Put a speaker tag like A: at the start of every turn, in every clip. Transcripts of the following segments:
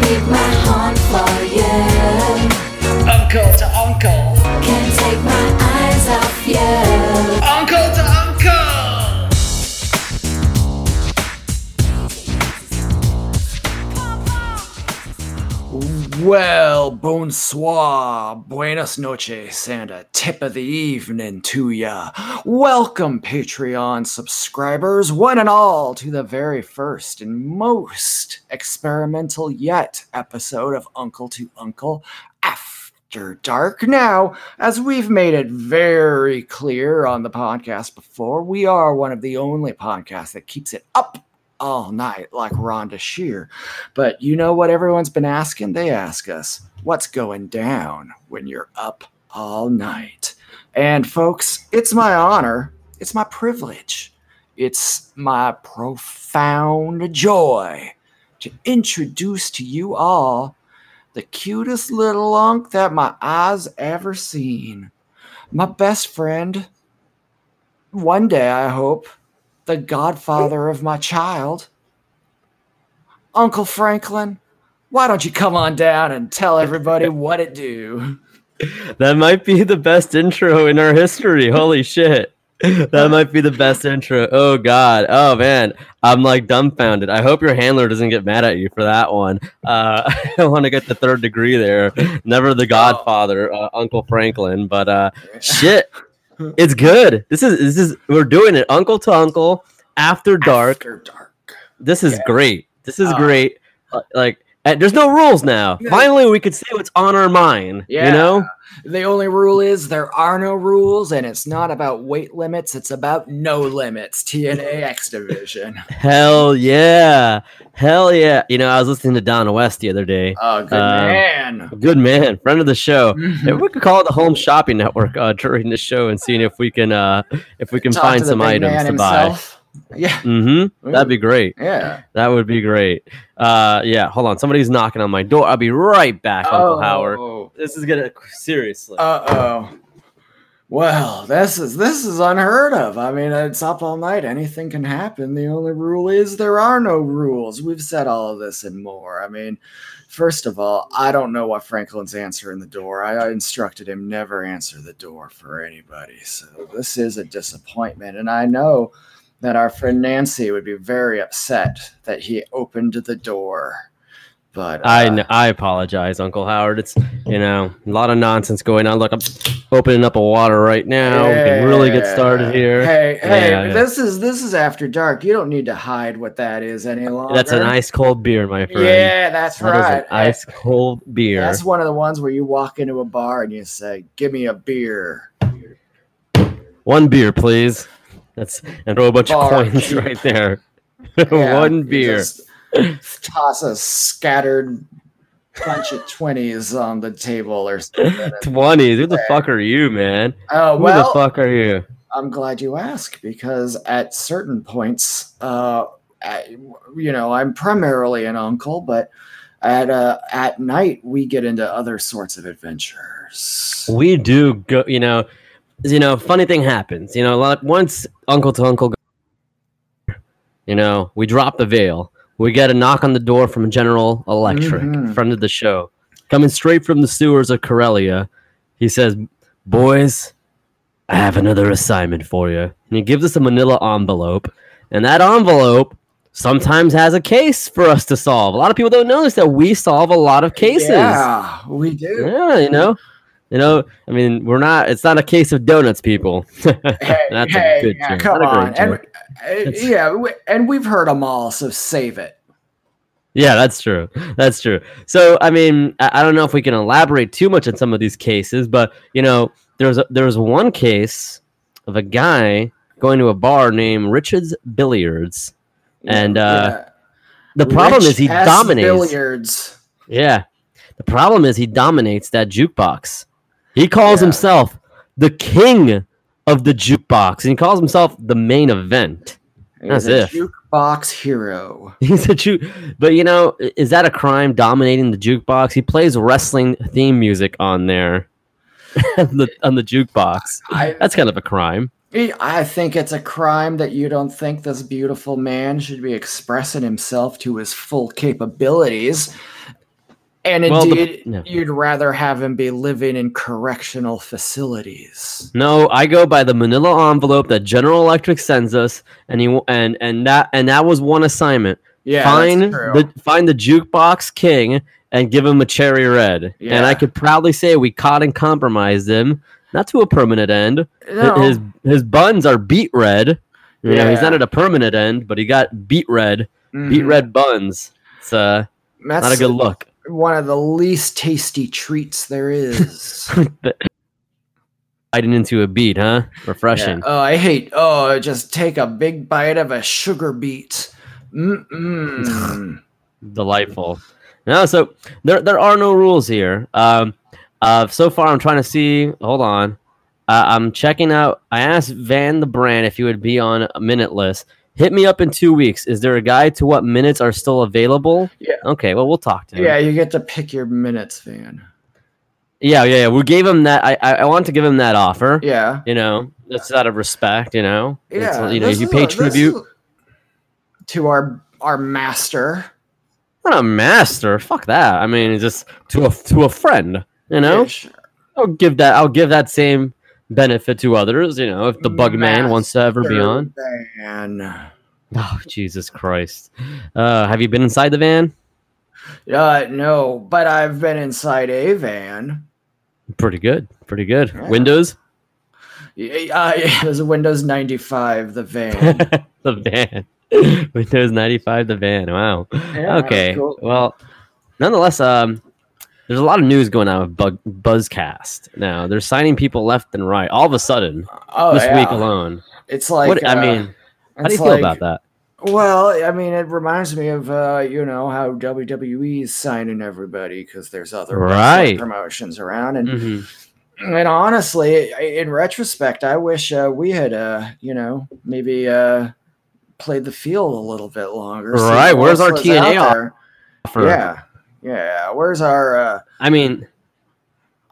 A: take my heart for you.
B: Uncle to uncle.
A: Can't take my eyes off you.
B: Uncle to uncle. Well, bonsoir, buenas noches, and a tip of the evening to ya. Welcome, Patreon subscribers, one and all, to the very first and most experimental yet episode of Uncle to Uncle After Dark. Now, as we've made it very clear on the podcast before, we are one of the only podcasts that keeps it up all night like Rhonda Shear. But you know what everyone's been asking? They ask us, what's going down when you're up all night? And folks, it's my honor, it's my privilege, it's my profound joy to introduce to you all the cutest little unk that my eyes ever seen. My best friend, one day I hope, the godfather of my child. Uncle Franklin, why don't you come on down and tell everybody what it do?
C: That might be the best intro in our history. Holy shit. That might be the best intro. Oh god. Oh man. I'm like dumbfounded. I hope your handler doesn't get mad at you for that one. Uh, I don't want to get the third degree there. Never the Godfather, uh, Uncle Franklin. But uh, shit, it's good. This is this is we're doing it, Uncle to Uncle, after dark.
B: After dark.
C: This is
B: Yeah.
C: great. This is
B: Uh,
C: great. Uh, Like, and there's no rules now.
B: No.
C: Finally, we could say what's on our mind.
B: Yeah.
C: You know.
B: The only rule is there are no rules, and it's not about weight limits, it's about no limits. TNA X Division.
C: Hell yeah. Hell yeah. You know, I was listening to Don West the other day.
B: Oh, good
C: Um,
B: man.
C: Good man, friend of the show. Maybe
B: Mhm.
C: we could call it the Home Shopping Network uh, during the show and seeing if we can uh, if we can
B: Talk to
C: find
B: the
C: some
B: big
C: items
B: man
C: to buy.
B: himself. Yeah.
C: hmm That'd be great.
B: Yeah.
C: That would be great. Uh, yeah, hold on. Somebody's knocking on my door. I'll be right back,
B: Oh.
C: Uncle Howard. This is gonna seriously.
B: Uh oh. Well, this is this is unheard of. I mean, it's up all night. Anything can happen. The only rule is there are no rules. We've said all of this and more. I mean, first of all, I don't know why Franklin's answering the door. I I instructed him never answer the door for anybody. So this is a disappointment, and I know that our friend Nancy would be very upset that he opened the door. But
C: I
B: uh,
C: kn- I apologize, Uncle Howard. It's you know a lot of nonsense going on. Look, I'm opening up a water right now. We can really get started
B: Yeah.
C: here.
B: Hey, hey,
C: Yeah, yeah.
B: this is this is after dark. You don't need to hide what that is any longer.
C: That's an ice cold beer, my friend.
B: Yeah, that's
C: That is
B: right.
C: an ice cold beer.
B: That's one of the ones where you walk into a bar and you say, "Give me a beer."
C: One beer, please. That's and throw a bunch
B: Bar.
C: of coins right there.
B: Yeah,
C: One
B: you
C: beer.
B: just Toss a scattered bunch of twenties on the table or something.
C: Twenties. Who the
B: There.
C: fuck are you, man?
B: Oh
C: Who
B: well,
C: the fuck are you?
B: I'm glad you ask because at certain points, uh, I, you know, I'm primarily an uncle, but at uh, at night we get into other sorts of adventures.
C: We do go. You know, you know. Funny thing happens. You know, like once uncle to uncle. go- You know, we drop the veil. We get a knock on the door from General Electric,
B: Mhm.
C: friend of the show, coming straight from the sewers of Corellia. He says, "Boys, I have another assignment for you." And he gives us a Manila envelope, and that envelope sometimes has a case for us to solve. A lot of people don't notice that we solve a lot of cases.
B: yeah, we do.
C: Yeah, you know, you know. I mean, we're not. It's not a case of donuts, people.
B: Hey,
C: That's
B: hey,
C: a good
B: yeah,
C: joke.
B: come
C: Not a
B: on, and,
C: great joke.
B: uh,
C: It's-
B: yeah, we, and we've heard them all, so save it.
C: Yeah, that's true. That's true. So, I mean, I, I don't know if we can elaborate too much on some of these cases, but you know, there's a, there was one case of a guy going to a bar named Richards Billiards. And, uh,
B: Yeah.
C: The problem
B: Rich
C: is he
B: S.
C: dominates.
B: billiards.
C: Yeah, the problem is he dominates that jukebox. He calls
B: Yeah.
C: himself the king of the jukebox, and he calls himself the main event. As
B: He's a
C: if.
B: jukebox hero.
C: He's a juke, but you know, i- is that a crime dominating the jukebox? He plays wrestling theme music on there, on, the, on the jukebox.
B: I,
C: That's kind of a crime.
B: I I think it's a crime that you don't think this beautiful man should be expressing himself to his full capabilities And
C: Well, the-
B: indeed,
C: yeah.
B: you'd rather have him be living in correctional facilities.
C: No, I go by the Manila envelope that General Electric sends us, and he and and that and that was one assignment.
B: Yeah,
C: find
B: that's true.
C: the find the jukebox king and give him a cherry red. And
B: Yeah.
C: I could proudly say we caught and compromised him, not to a permanent end. Hi-
B: No.
C: His his buns are beet red. You know, he's not
B: Yeah.
C: at a permanent end, but he got beet red, beet
B: Mhm.
C: red buns. It's uh,
B: That's
C: not a good look.
B: one of the least tasty treats there is.
C: Biting into a beet, huh? Refreshing.
B: Yeah. Oh, I hate. Oh, just take a big bite of a sugar beet.
C: Mm,
B: Mm-mm.
C: delightful. No, so there there are no rules here. Um, uh, so far I'm trying to see. Hold on, uh, I'm checking out. I asked Van the Brand if he would be on a minute list. Hit me up in two weeks. Is there a guide to what minutes are still available?
B: Yeah.
C: Okay. Well, we'll talk to him.
B: yeah, you get to pick your minutes, Van.
C: Yeah. Yeah. yeah. We gave him that. I I, I wanted to give him that offer.
B: Yeah.
C: You know, that's out of respect. You know. It's,
B: Yeah.
C: you know,
B: this
C: you
B: is
C: pay
B: a- this
C: tribute.
B: is to our our master.
C: Not a master. Fuck that. I mean, it's just to a to a friend. You know.
B: Ish.
C: I'll give that. I'll give that same benefit to others. You know, if the bug man wants to ever be
B: Master
C: on.
B: Van.
C: Oh, Jesus Christ! Uh, have you been inside the van?
B: Uh, no, but I've been inside a van.
C: Pretty good. Pretty good.
B: Yeah.
C: Windows.
B: Y- Uh, yeah, it was a Windows 95, the van.
C: the van. Windows ninety five. The van. Wow.
B: Yeah,
C: okay.
B: cool.
C: Well, nonetheless, um, there's a lot of news going on with Bug Buzzcast now. They're signing people left and right. All of a sudden,
B: Oh,
C: this
B: yeah.
C: week alone.
B: It's like,
C: what I
B: uh,
C: mean, how do you
B: it's
C: feel
B: like-
C: about that?
B: Well, I mean, it reminds me of uh, you know how WWE is signing everybody because there's other wrestling
C: Right.
B: promotions around, and
C: Mhm.
B: and honestly, i- in retrospect, I wish uh, we had uh, you know maybe uh, played the field a little bit longer. see
C: Right,
B: what
C: where's
B: else
C: our
B: was
C: TNA
B: out there.
C: For-
B: Yeah, yeah. Where's our? Uh,
C: I mean,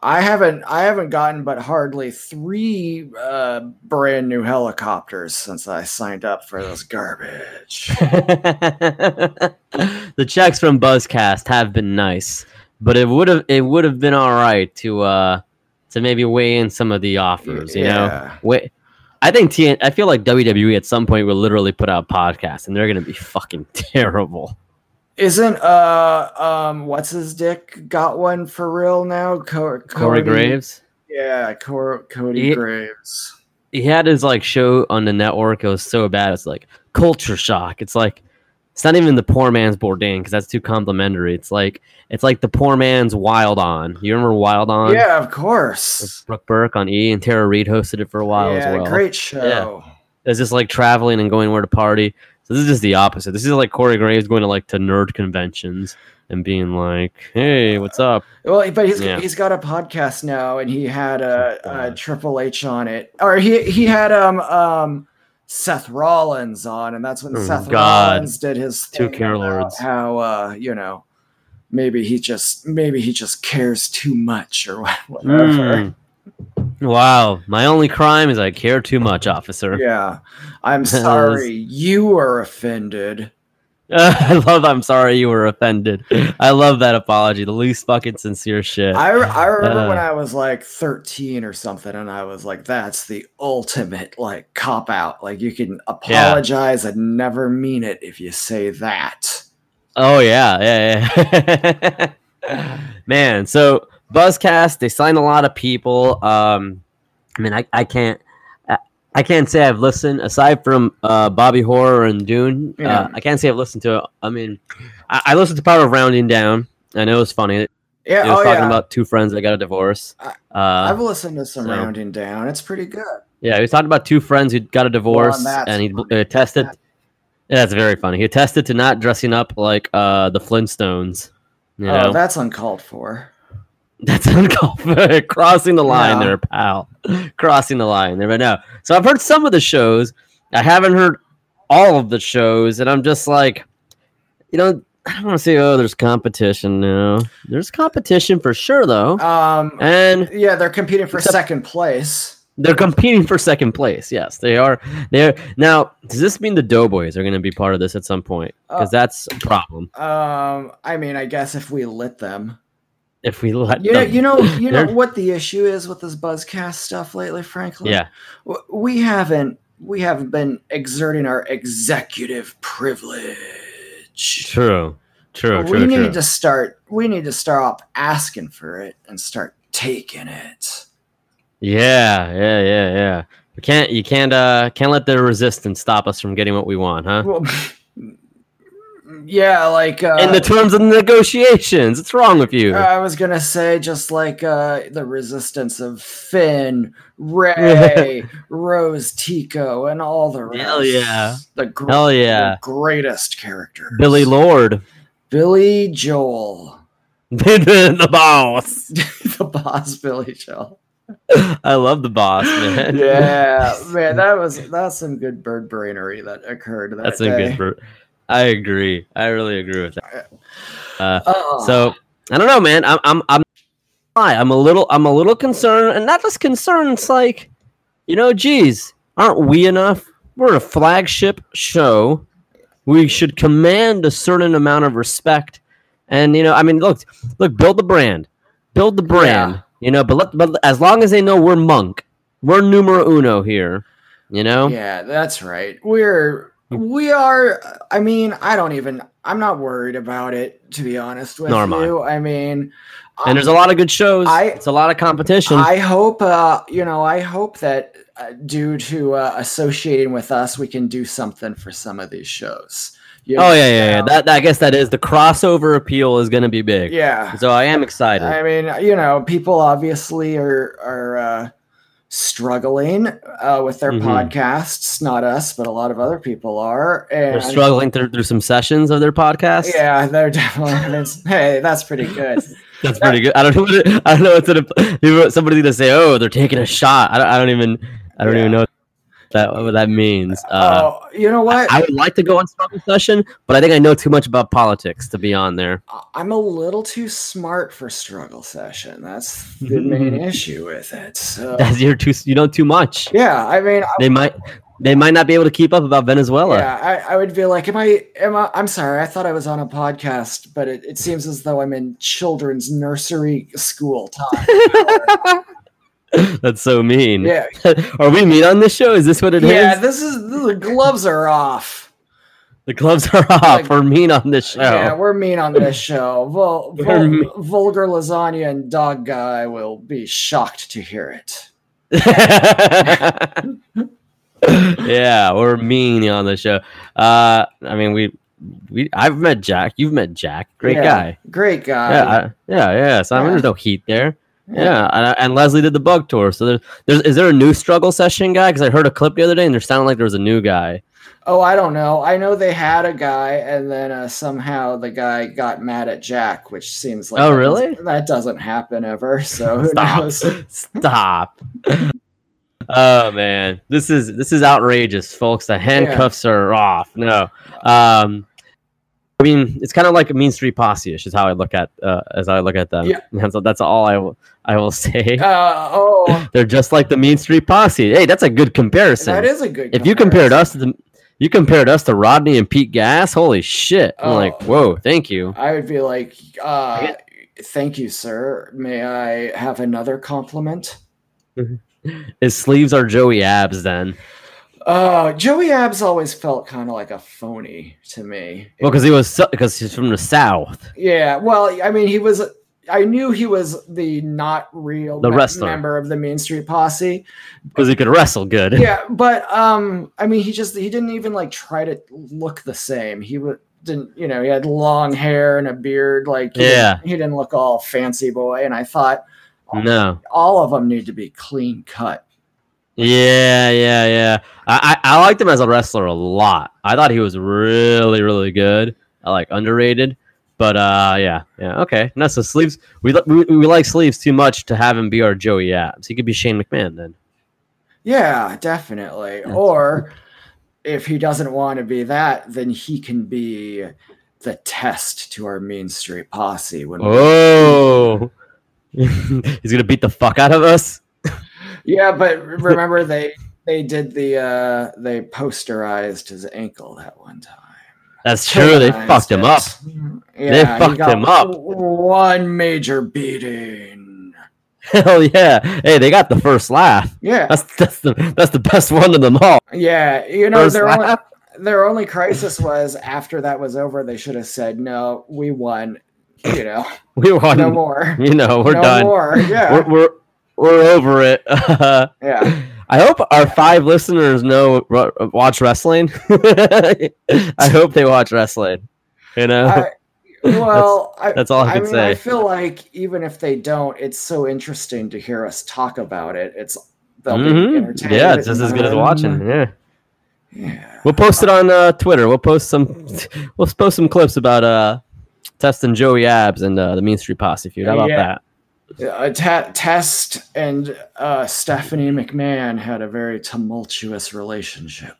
B: I haven't I haven't gotten but hardly three uh, brand new helicopters since I signed up for this garbage.
C: the checks from Buzzcast have been nice, but it would have it would have been all right to uh to maybe weigh in some of the offers. You know,
B: Yeah.
C: wait. I think TN, I feel like WWE at some point will literally put out podcasts, and they're gonna be fucking terrible.
B: Isn't uh um what's his dick got one for real now? Co-
C: Corey
B: Cody-
C: Graves,
B: Yeah, Cor- Cody
C: Ye-
B: Graves.
C: he had his like show on the network. It was so bad. It's like culture shock. It's like it's not even the poor man's Bourdain because that's too complimentary. It's like it's like the poor man's Wild On. You remember Wild On?
B: Yeah, of course.
C: Brooke Burke on E and Tara Reid hosted it for a while
B: yeah,
C: as well.
B: great show.
C: It's just like traveling and going where to party. So this is just the opposite. This is like Corey Graves going to like to nerd conventions and being like, "Hey, what's up?"
B: Well, but he's
C: Yeah.
B: he's got a podcast now, and he had a, a
C: God.
B: Triple H on it, or he he had um um Seth Rollins on, and that's when
C: Oh,
B: Seth
C: God.
B: Rollins did his
C: Two
B: thing
C: care
B: about
C: lords.
B: How uh you know maybe he just maybe he just cares too much or what- whatever.
C: Mm. Wow, my only crime is I care too much, officer.
B: Yeah, I'm
C: That
B: sorry you were offended.
C: I love. I'm sorry you were offended. I love that apology. The least fucking sincere shit.
B: I, I remember when
C: Uh.
B: I was like 13 or something, and I was like, that's the ultimate like cop out. Like, you can apologize and never mean it if you say that.
C: Oh yeah, yeah, yeah. Man, so Buzzcast, they signed a lot of people. Um, I mean, I, I can't, I, I can't say I've listened aside from uh, Bobby Horror and Dune.
B: Yeah.
C: Uh, I can't say I've listened to. I mean, I, I listened to Power of Rounding Down. I know it's funny. It
B: Yeah.
C: was
B: Oh,
C: talking
B: yeah.
C: about two friends that got a divorce.
B: I-
C: uh,
B: I've listened to some
C: so-
B: rounding down. It's pretty good.
C: yeah, he was talking about two friends who got a divorce,
B: that's
C: and he
B: funny.
C: uh, tested. Yeah, that's very funny. He tested to not dressing up like uh, the Flintstones. You know?
B: Oh, that's uncalled for.
C: That's uncalled for. Crossing the line
B: Yeah.
C: there, pal. Crossing the line there. But no. So I've heard some of the shows. I haven't heard all of the shows. And I'm just like, you know, I don't want to say, oh, there's competition. No. There's competition for sure, though.
B: Um,
C: And
B: yeah, they're competing for
C: Except-
B: second place.
C: they're competing for second place. Yes, they are. They're now. Does this mean the Doughboys are going to be part of this at some point? Because
B: Uh,
C: that's a problem.
B: Um, I mean, I guess if we lit them.
C: if we let
B: You know,
C: them.
B: you know, you know
C: They're-
B: what the issue is with this buzzcast stuff lately, Franklin.
C: yeah.
B: W- we haven't we haven't been exerting our executive privilege.
C: True. True.
B: we
C: True.
B: need
C: True.
B: to start. We need to start up asking for it and start taking it.
C: Yeah. Yeah. Yeah. Yeah. We can't. You can't. Uh. Can't let the resistance stop us from getting what we want, huh?
B: Well, yeah, like uh,
C: In the terms of negotiations, what's wrong with you?
B: I was gonna say, just like uh, the resistance of Finn, Ray, Rose, Tico, and all the rest.
C: Hell yeah.
B: the gr-
C: Hell yeah.
B: the greatest characters.
C: Billy Lord,
B: Billy Joel,
C: the boss.
B: the boss, Billy Joel.
C: I love the boss, man.
B: yeah, man, that was that's some good bird brainery that occurred. That
C: that's a
B: day.
C: good. ver- I agree. I really agree with that. Uh,
B: Uh,
C: So I don't know, man. I'm I'm I'm I'm a little I'm a little concerned, and not just concerned. It's like, you know, geez, aren't we enough? We're a flagship show. We should command a certain amount of respect, and you know, I mean, look, look, build the brand, build the brand,
B: Yeah.
C: you know. But let, but as long as they know we're monk, we're numero uno here, you know.
B: Yeah, that's right. We're
C: Hmm.
B: we are. I mean, I don't even. I'm not worried about it to be honest with
C: Nor am I.
B: you. I mean,
C: And there's a lot of good shows.
B: I-
C: it's a lot of competition.
B: I hope. Uh, you know, I hope that uh, due to uh, associating with us, we can do something for some of these shows. You
C: oh yeah, yeah, yeah.
B: know?
C: That, that I guess that is the crossover appeal is going to be big.
B: yeah.
C: So I am excited.
B: I mean, you know, people obviously are are uh, struggling uh, with their
C: Mhm.
B: podcasts. Not us, but a lot of other people are. And
C: They're struggling through, through some sessions of their podcast.
B: Yeah, they're definitely. it's- hey, that's pretty good.
C: that's pretty good. I don't know. What it, I don't know. It's an, you know, somebody to say, "Oh, they're taking a shot." I don't, I don't even. I don't even know what that what that means. Uh,
B: oh, you know
C: I,
B: what?
C: I would like to go on struggle session, but I think I know too much about politics to be on there.
B: I, am a little too smart for struggle session. That's the main issue with it. So
C: That's you're too. You know too much.
B: Oh. yeah, I mean, I,
C: They might. They might not be able to keep up about Venezuela.
B: yeah, I, I would be like, am I? Am I? I'm sorry, I thought I was on a podcast, but it, it seems as though I'm in children's nursery school time.
C: That's so mean.
B: yeah,
C: Are we mean on this show? Is this what it is?
B: yeah. This is the gloves are off.
C: The gloves are off.
B: Like-
C: We're mean on this show.
B: Yeah, we're mean on this show. Vul,
C: Oh. We're
B: vul-
C: mean.
B: vulgar lasagna and dog guy will be shocked to hear it.
C: yeah, we're mean on the show. Uh, I mean, we, we, I've met Jack. You've met Jack. Great
B: Yeah,
C: guy.
B: Great guy.
C: Yeah, I, yeah, yeah. So I mean,
B: Yeah.
C: there's no heat there. Yeah, And, uh, and Leslie did the bug tour. So there's, there's, is there a new struggle session guy? Because I heard a clip the other day, and there sounded like there was a new guy.
B: Oh, I don't know. I know they had a guy, and then uh, somehow the guy got mad at Jack, which seems like
C: Oh,
B: that
C: really?
B: doesn't- that doesn't happen ever. So who
C: Stop.
B: knows? Uh,
C: Stop. oh man, this is this is outrageous, folks. The handcuffs are off. No, um, I mean it's kind of like a Mean Street Posse ish is how I look at uh, as I look at them.
B: Yeah.
C: That's, that's all I will I will say.
B: Uh, oh,
C: They're just like the Mean Street Posse. Hey, that's a good comparison.
B: that is a good.
C: if you compared us to the, you compared us to Rodney and Pete Gas, holy shit! I'm like,
B: Oh.
C: whoa, thank you.
B: I would be like, uh,
C: get-
B: "Thank you, sir. May I have another compliment?"
C: His sleeves are Joey abs. Then,
B: Uh, Joey Abs always felt kind of like a phony to me.
C: well, because he was because he's from the South.
B: Yeah, well, I mean, he was. I knew he was the not real
C: The
B: me-
C: wrestler.
B: member of the Main Street Posse.
C: because he could wrestle good.
B: yeah, but um, I mean, he just he didn't even like try to look the same. He would didn't you know he had long hair and a beard. Like he
C: Yeah.
B: didn't, he didn't look all fancy boy. And I thought
C: No.
B: all of them need to be clean cut.
C: Yeah, yeah, yeah. I, I I liked him as a wrestler a lot. I thought he was really, really good. I like underrated. But uh, yeah, yeah, okay. No, so sleeves. We, li- we we like sleeves too much to have him be our Joey Abs. He could be Shane McMahon then.
B: Yeah, definitely. Or if he doesn't want to be that, then he can be the test to our Mean Street Posse when we
C: Oh, he's gonna beat the fuck out of us.
B: Yeah, but remember they they did the uh they posterized his ankle that one time.
C: That's true. They
B: Nice
C: fucked him up.
B: hits.
C: They
B: he
C: fucked
B: got
C: him up.
B: One major beating.
C: Hell yeah! Hey, they got the first laugh.
B: Yeah,
C: That's that's the that's the best one of them all.
B: yeah. You know,
C: first
B: their only,
C: laugh.
B: their only crisis was after that was over. They should have said, "No, we won." You know,
C: We won.
B: no more.
C: You know, we're
B: no
C: done.
B: More. Yeah,
C: We're, we're we're over it. I
B: yeah.
C: hope our five listeners know ro- watch wrestling. I hope they watch wrestling. You know,
B: I- Well, I,
C: that's all I
B: I
C: can
B: mean,
C: say.
B: I feel like even if they don't, it's so interesting to hear us talk about it. It's they'll be
C: Mhm.
B: entertained.
C: Yeah, it's just as good as watching. Yeah.
B: Yeah.
C: We'll post it on uh, Twitter. We'll post some. We'll post some clips about uh, testing Joey Abs and uh, the Mean Street Posse feud. How about
B: Yeah.
C: that?
B: Uh, Ta- Test and uh, Stephanie McMahon had a very tumultuous relationship,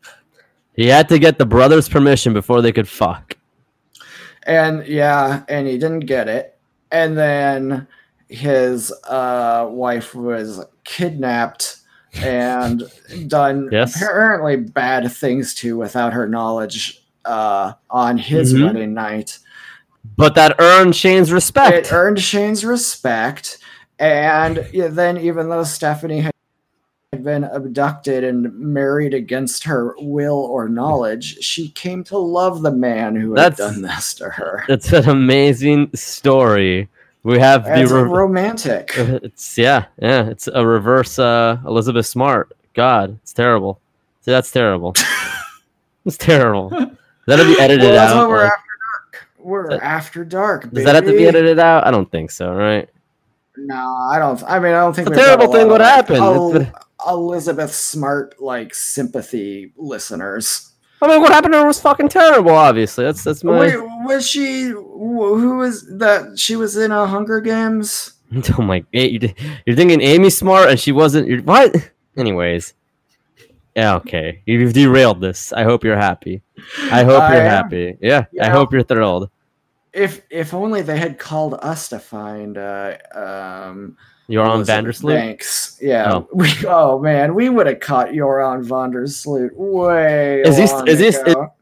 C: He had to get the brothers' permission before they could fuck.
B: and yeah, and he didn't get it, and then his uh, wife was kidnapped and done
C: Yes.
B: apparently bad things to without her knowledge uh, on his
C: Mhm.
B: wedding night.
C: But that earned Shane's respect.
B: It earned Shane's respect, and yeah, then even though Stephanie had been abducted and married against her will or knowledge, she came to love the man who
C: That's-
B: had done this to her.
C: It's an amazing story. We have the
B: It's
C: re-
B: romantic.
C: it's yeah yeah it's a reverse uh, Elizabeth Smart. God, it's terrible. See, that's terrible. it's terrible. That'll be edited
B: Well, that's
C: out.
B: what we're
C: like-
B: after dark. We're
C: That-
B: after dark.
C: does that have to be
B: baby.
C: edited out? I don't think so. Right.
B: No, I don't. I mean, I don't think
C: It's a
B: we've got
C: terrible thing
B: lot
C: would
B: of, like,
C: happen.
B: El-
C: It's-
B: Elizabeth Smart like sympathy listeners.
C: I mean, what happened to her was fucking terrible. Obviously, that's that's my.
B: Wait, was she? wh- Who was that? She was in a Hunger Games.
C: Oh my! eh, you di- You're thinking Amy Smart, and she wasn't. You're, what? Anyways, yeah, okay. You- You've derailed this. I hope you're happy. I hope
B: I
C: you're
B: am.
C: happy. Yeah,
B: You
C: I
B: know?
C: hope you're thrilled.
B: If if only they had called us to find uh, um,
C: You're on
B: Elizabeth
C: Vandersloot.
B: Banks. Yeah.
C: Oh.
B: We, oh man, we would have caught Joran Vandersloot way.
C: Is he st-
B: long
C: is he st-
B: ago.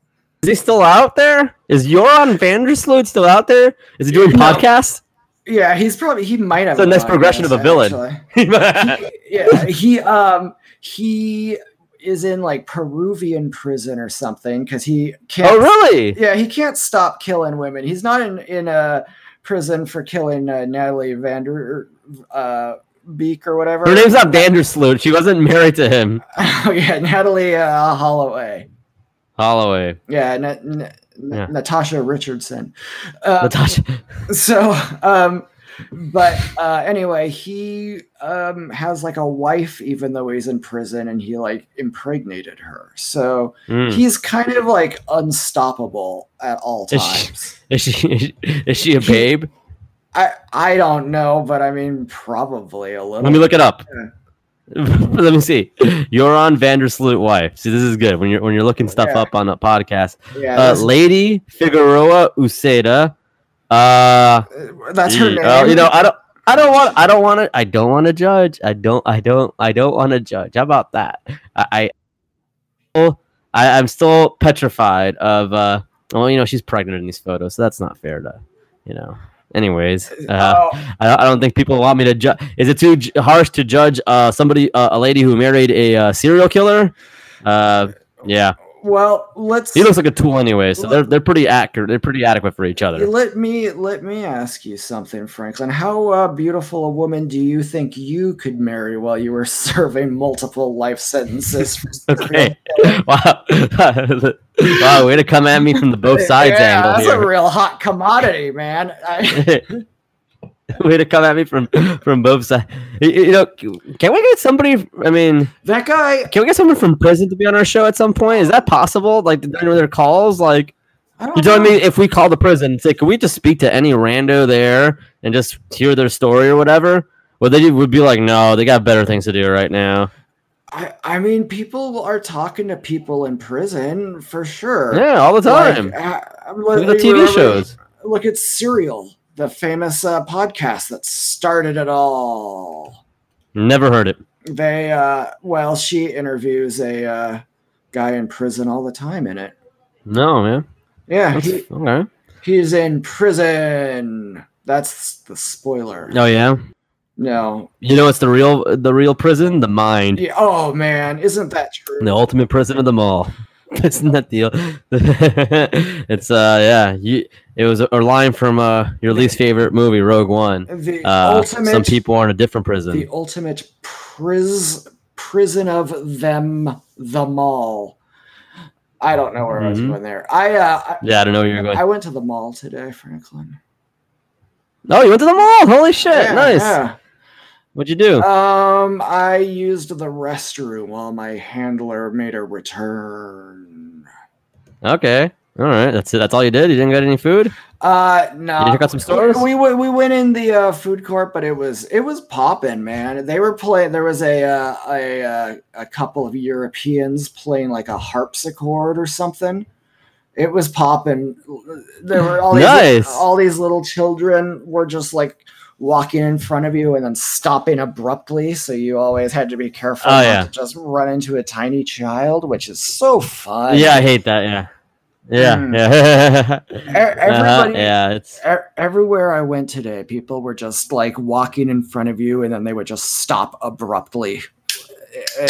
C: Is he still out there? Is Joran Vandersloot still out there? Is he doing
B: No.
C: podcasts?
B: yeah, he's probably he might have.
C: It's the
B: a
C: next progression of a villain.
B: actually.
C: yeah,
B: yeah, he um he is in like Peruvian prison or something because he can't.
C: oh really?
B: yeah, he can't stop killing women. He's not in in a prison for killing uh, Natalie Vander uh, Beek or whatever.
C: Her name's not Vandersloot. She wasn't married to him.
B: oh yeah, Natalie uh, Holloway.
C: Holloway,
B: Yeah, Na- Na-
C: Yeah.
B: Natasha Richardson. Uh,
C: Natasha.
B: so, um, but uh, anyway, he um, has like a wife, even though he's in prison, and he like impregnated her. So
C: Mm.
B: he's kind of like unstoppable at all
C: Is she-
B: times.
C: Is she? Is she a babe?
B: I I don't know, but I mean probably a little.
C: Let me look it up. Let me see. You're on Vandersloot wife. See, this is good when you're when you're looking stuff
B: Yeah.
C: up on a podcast.
B: Yeah,
C: Uh,
B: that's,
C: Lady Figueroa Uceda. Uh,
B: that's her name.
C: yeah, uh, you know, I don't. I don't want. I don't want to. I don't want to judge. I don't. I don't. I don't want to judge. How about that? I, I, I, I'm still petrified of. uh Well, you know, she's pregnant in these photos, so that's not fair to, you know. Anyways, uh,
B: oh,
C: I, I don't think people want me to judge. Is it too j- harsh to judge uh, somebody, uh, a lady who married a uh, serial killer? Uh, yeah,
B: well, let's.
C: he looks like a tool anyway, so they're they're pretty accurate. They're pretty adequate for each other.
B: let me let me ask you something, Franklin. How uh, beautiful a woman do you think you could marry while you were serving multiple life sentences? for serial
C: Okay, wow, wow, way to come at me from the both sides
B: yeah,
C: angle
B: That's a
C: here.
B: real hot commodity, man. I,
C: way to come at me from from both sides. You, you know, can we get somebody? I mean,
B: that guy.
C: can we get someone from prison to be on our show at some point? Is that possible? Like, do they know their calls? Like.
B: I don't
C: You telling
B: know.
C: me if we call the prison, it's like, can we just speak to any rando there and just hear their story or whatever? Well, they would be like, no, they got better things to do right now.
B: I, I mean, people are talking to people in prison for sure.
C: Yeah, all the time.
B: Like, uh,
C: Look
B: li-
C: at the TV
B: remember-
C: shows.
B: Look at Serial, the famous uh, podcast that started it all.
C: Never heard it.
B: They, uh, well, she interviews a uh, guy in prison all the time in it.
C: No, man.
B: Yeah,
C: That's-
B: he,
C: okay. Oh,
B: he's in prison. That's the spoiler.
C: Oh yeah.
B: No.
C: You know it's the real the real prison, the mind,
B: Yeah, oh man, isn't that true?
C: the ultimate prison of them all. Isn't that the? it's uh yeah. You, it was a a line from uh your least favorite movie, Rogue One.
B: The
C: Uh,
B: ultimate.
C: some people are in a different prison.
B: The ultimate pris prison of them the mall. I don't know where I was
C: Mhm.
B: going there. I uh, I-
C: yeah, I don't know where you're
B: I,
C: going.
B: went to the mall today, Franklin.
C: oh, you went to the mall. Holy shit!
B: Yeah,
C: nice.
B: yeah.
C: What'd you do?
B: Um, I used the restroom while my handler made a return.
C: okay. All right. That's it. That's all you did. You didn't get any food.
B: Uh no.
C: check out some stores?
B: We, we we went in the uh, food court, but it was it was popping, man. They were playing. There was a uh, a uh, a couple of Europeans playing like a harpsichord or something. It was popping. There were all these
C: Nice.
B: all these little children were just like walking in front of you and then stopping abruptly. So you always had to be careful
C: Oh,
B: not
C: yeah.
B: to just run into a tiny child, which is so fun.
C: yeah, I hate that. Yeah. Yeah.
B: Mm.
C: Yeah.
B: E-
C: Uh-huh,
B: everybody
C: yeah. It's.
B: E- everywhere I went today, people were just like walking in front of you, and then they would just stop abruptly.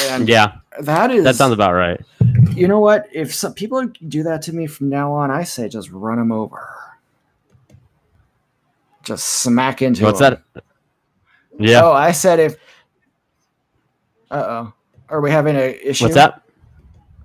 B: And
C: Yeah.
B: that is
C: That sounds about right.
B: You know what? If some people do that to me from now on, I say just run them over. Just smack into.
C: What's
B: 'em.
C: that? Yeah.
B: Oh, I said if. Uh oh. Are we having a issue?
C: What's that?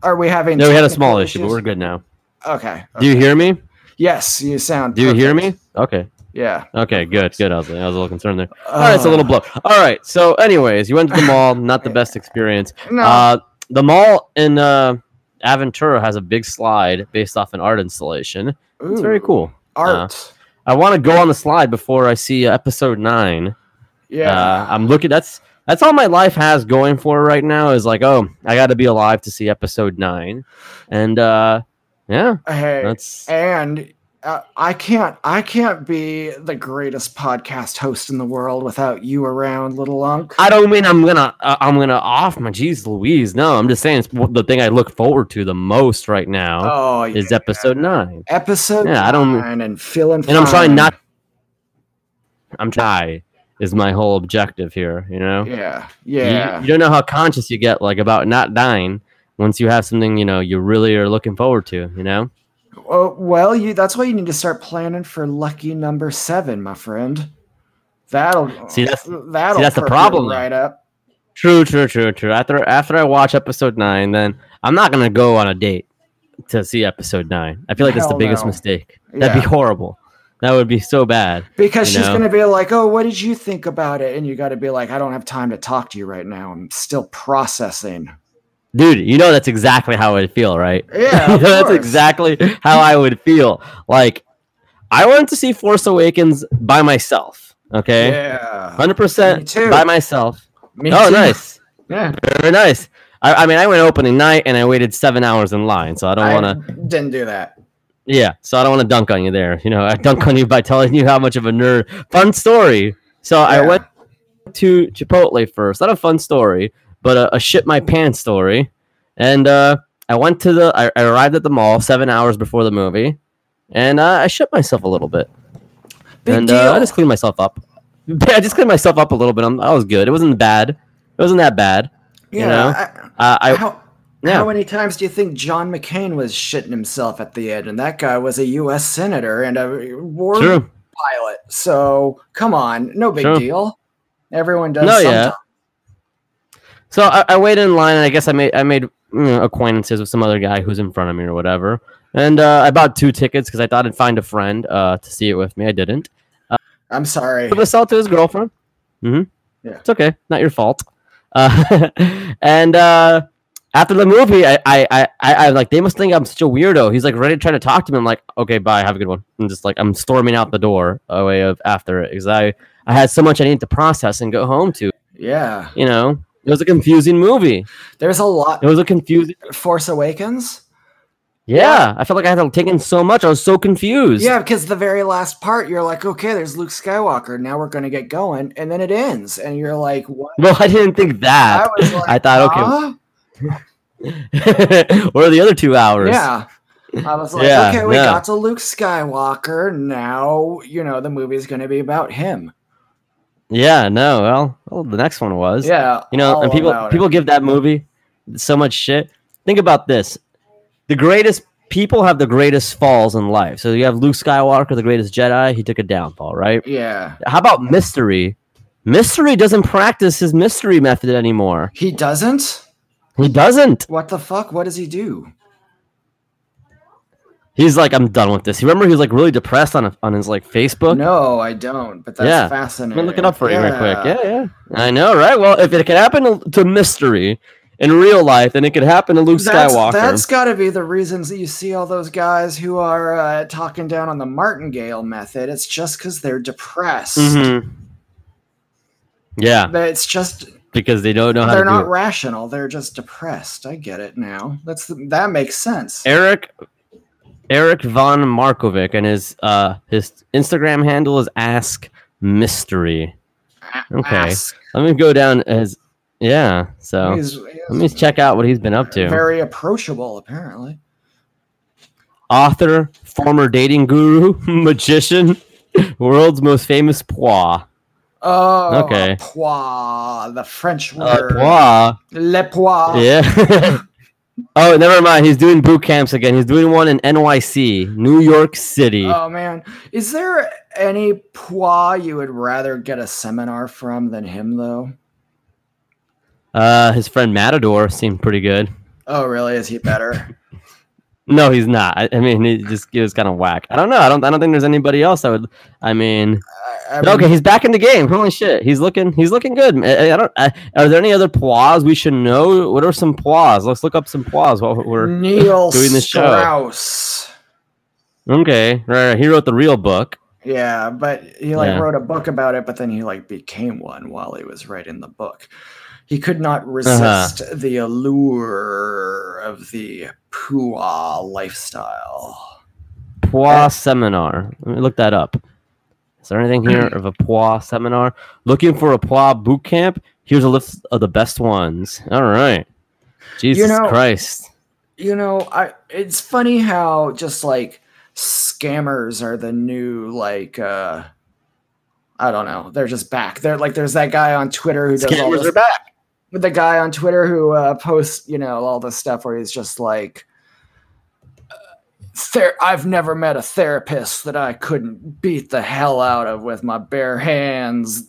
B: Are we having?
C: No, we had a
B: technical
C: small issue, but
B: issues?
C: we're good now.
B: Okay.
C: Do you hear me?
B: Yes, you sound.
C: Do you hear me?
B: perfect.
C: Okay.
B: Yeah.
C: Okay. Good. Good. I was, I was a little concerned there. All right. It's a little
B: Uh,
C: blow. All right. So, anyways, you went to the mall. Not the best experience.
B: No.
C: Uh, the mall in uh, Aventura has a big slide based off an art installation. It's very
B: Ooh,
C: cool. Uh,
B: Art.
C: I want to go on the slide before I see uh, episode nine.
B: yeah.
C: Uh, I'm looking. That's that's all my life has going for right now. Is like, oh, I got to be alive to see episode nine, and uh, yeah,
B: hey.
C: that's
B: and uh, I can't I can't be the greatest podcast host in the world without you around, little Unc.
C: I don't mean I'm gonna uh, I'm gonna off my geez Louise. No, I'm just saying it's w- the thing I look forward to the most right now
B: oh, yeah.
C: is episode nine,
B: episode
C: Yeah, I don't-
B: nine and feeling
C: and I'm trying
B: fine.
C: not. I'm trying is my whole objective here. You know,
B: Yeah,
C: You-
B: yeah,
C: you, don't know how conscious you get like about not dying once you have something you know you really are looking forward to. You know,
B: Oh, well, you. That's why you need to start planning for lucky number seven, my friend. That'll
C: See, that's-
B: that'll
C: see, that's the
B: perk you
C: problem.
B: right up.
C: true, true, true, true. After after I watch episode nine, then I'm not gonna go on a date to see episode nine. I feel like that's
B: Hell
C: the biggest
B: no.
C: mistake. That'd
B: Yeah.
C: be horrible. That would be so bad.
B: Because
C: I
B: she's
C: know.
B: gonna be like, "Oh, what did you think about it?" And you got to be like, "I don't have time to talk to you right now. I'm still processing."
C: Dude, you know that's exactly how I'd feel, right?
B: Yeah, of
C: that's
B: course.
C: exactly how I would feel. Like, I wanted to see Force Awakens by myself. Okay,
B: Yeah.
C: hundred
B: Me
C: percent
B: too.
C: by myself.
B: Me
C: Eh? oh,
B: too.
C: nice,
B: Yeah.
C: very nice. I, I mean, I went opening night and I waited seven hours in line, so I don't want to.
B: didn't do that.
C: Yeah, so I don't want to dunk on you there. You know, I dunk on you by telling you how much of a nerd. Fun story. So I
B: Yeah.
C: went to Chipotle first. Not a fun story, but a, a shit my pants story. And uh, I went to the. I, I arrived at the mall seven hours before the movie, and uh, I shit myself a little bit.
B: Big
C: and
B: deal.
C: Uh, I just cleaned myself up. I just cleaned myself up a little bit. I'm, I was good. It wasn't bad. It wasn't that bad.
B: yeah.
C: you know, Uh,
B: I-
C: I
B: how,
C: yeah.
B: how many times do you think John McCain was shitting himself at the end? And that guy was a U.S. senator and a war
C: True.
B: pilot. So come on, no big
C: True.
B: deal. Everyone does.
C: No, yeah.
B: sometimes.
C: So I, I waited in line, and I guess I made I made you know, acquaintances with some other guy who's in front of me or whatever. And uh, I bought two tickets because I thought I'd find a friend uh, to see it with me. I didn't.
B: I'm sorry.
C: But I sell it to his girlfriend. Mm-hmm.
B: Yeah.
C: It's okay. Not your fault. Uh, and uh, after the movie, I, I, I, I, I like they must think I'm such a weirdo. He's like ready to try to talk to me. I'm like, okay, bye, have a good one. I'm just like I'm storming out the door away of after it because I I had so much I needed to process and go home to.
B: Yeah.
C: You know, it was a confusing movie.
B: There's a lot.
C: It was a confusing.
B: Force Awakens.
C: Yeah, I felt like I had taken so much. I was so confused.
B: Yeah, because the very last part, you're like, okay, there's Luke Skywalker. Now we're gonna get going, and then it ends, and you're like, what?
C: Well, I didn't think that.
B: I
C: I,
B: was like,
C: thought,
B: huh?
C: okay, where are the other two hours?
B: Yeah. I was like,
C: Yeah,
B: okay, we
C: no.
B: got to Luke Skywalker. Now, you know, the movie's going to be about him.
C: Yeah, no. Well, well, the next one was.
B: Yeah.
C: You know,
B: all
C: and people
B: about it.
C: people give that movie so much shit. Think about this: the greatest people have the greatest falls in life. So you have Luke Skywalker, the greatest Jedi. He took a downfall, right?
B: Yeah.
C: How about mystery? Mystery doesn't practice his mystery method anymore.
B: He doesn't?
C: He doesn't.
B: What the fuck? What does he do?
C: He's like, I'm done with this. You remember he was like really depressed on a, on his like Facebook.
B: No, I don't, but that's
C: Yeah. I'm
B: fascinating.
C: gonna look it up for you real quick. Yeah, yeah. I know, right? Well, if it could happen to- to mystery in real life, then it could happen to Luke
B: That's,
C: Skywalker.
B: that's got to be the reasons that you see all those guys who are uh, talking down on the martingale method. It's just because they're depressed.
C: Mhm. Yeah,
B: That It's just
C: because they don't know how
B: they're
C: to
B: not
C: do it.
B: rational. They're just depressed. I get it now. That's that makes sense.
C: Eric Eric von Markovic and his uh his Instagram handle is ask mystery. okay.
B: Ask.
C: Let me go down as yeah. So
B: He's,
C: let me check out what he's been up to.
B: Very approachable, apparently.
C: Author, former dating guru, magician, world's most famous pois.
B: Oh,
C: Okay.
B: a pois, the French
C: Uh,
B: word.
C: pois.
B: Le pois.
C: Yeah. oh, never mind. He's doing boot camps again. He's doing one in NYC, New York City.
B: Oh man, is there any pois you would rather get a seminar from than him though?
C: Uh, his friend Matador seemed pretty good.
B: Oh really? Is he better?
C: No, he's not. I, I mean, he just he was kind of whack. I don't know. I don't. I don't think there's anybody else. I would. I mean,
B: I, I
C: but okay, he's back in the game. Holy shit, he's looking. He's looking good. I, I- I don't. I, are there any other pois we should know? What are some pois? Let's look up some pois while we're
B: mean, Neil
C: doing the show.
B: Strauss.
C: okay. Right, right. He wrote the real book.
B: Yeah, but he like
C: Yeah.
B: wrote a book about it, but then he like became one while he was writing the book. He could not resist
C: Uh-huh.
B: the allure of the pois lifestyle.
C: Pois seminar. Let me look that up. Is there anything here of a pois seminar? Looking for a pois boot camp? Here's a list of the best ones. All right. Jesus
B: know-
C: Christ.
B: you know i it's funny how just like scammers are the new like uh i don't know they're just back they're like there's that guy on twitter who does all
C: Scammers
B: this,
C: are back.
B: the guy on twitter who uh posts you know all this stuff where he's just like Ther- I've never met a therapist that I couldn't beat the hell out of with my bare hands.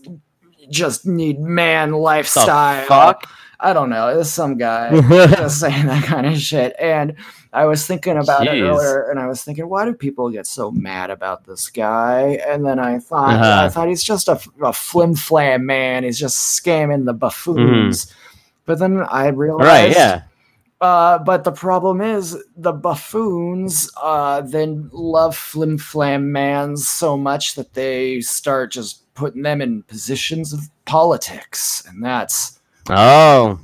B: Just need man lifestyle.
C: fuck?
B: I don't know. It's some guy just saying that kind of shit. And I was thinking about it
C: Jeez.
B: earlier, and I was thinking, why do people get so mad about this guy? And then I thought,
C: Uh-huh.
B: I thought he's just a, a flim flam man. He's just scamming the buffoons. But then I realized,
C: Mm-hmm. Right, yeah.
B: Uh, but the problem is the buffoons uh, then love flim flam mans so much that they start just putting them in positions of politics, and that's
C: Oh.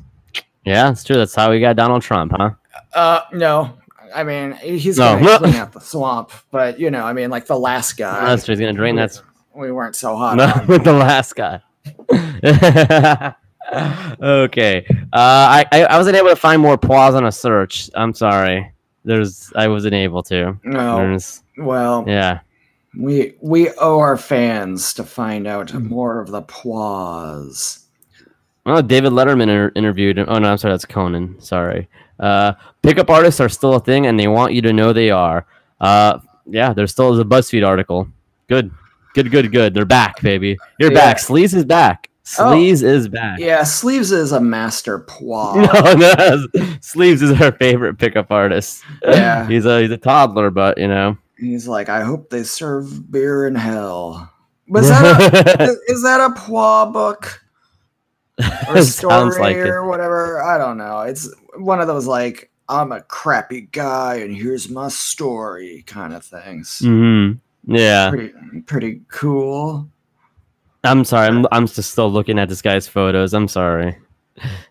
C: Yeah, it's true. That's how we got Donald Trump, huh?
B: Uh, no. I mean, he's
C: No.
B: going to clean out the swamp, but you know, I mean, like the last guy,
C: That's true. He's gonna drain that
B: we weren't so hot.
C: no,
B: on.
C: with the last guy. okay. Uh, I, I I wasn't able to find more pois on a search. I'm sorry. There's I wasn't able to.
B: No.
C: There's,
B: Well,
C: Mm-hmm. yeah.
B: we we owe our fans to find out more of the pause.
C: Well, David Letterman inter- interviewed. him- Oh no, I'm sorry, that's Conan. Sorry. Uh, pickup artists are still a thing, and they want you to know they are. Uh, yeah, there still is a BuzzFeed article. Good, good, good, good. They're back, baby. You're
B: Yeah.
C: back. Sleaze is back.
B: Oh.
C: Sleaze is back.
B: Yeah, Sleeves is a master pause.
C: No, no, that's- Sleaze is our favorite pickup artist.
B: Yeah.
C: he's a he's a toddler, but you know.
B: He's like, I hope they serve beer in hell. Was that a, is, is that a pause book? or
C: Sounds
B: story
C: like it.
B: or whatever. I don't know. It's one of those like I'm a crappy guy and here's my story kind of things.
C: hmm Yeah.
B: Pretty pretty cool.
C: I'm sorry. I'm I'm just still looking at this guy's photos. I'm sorry.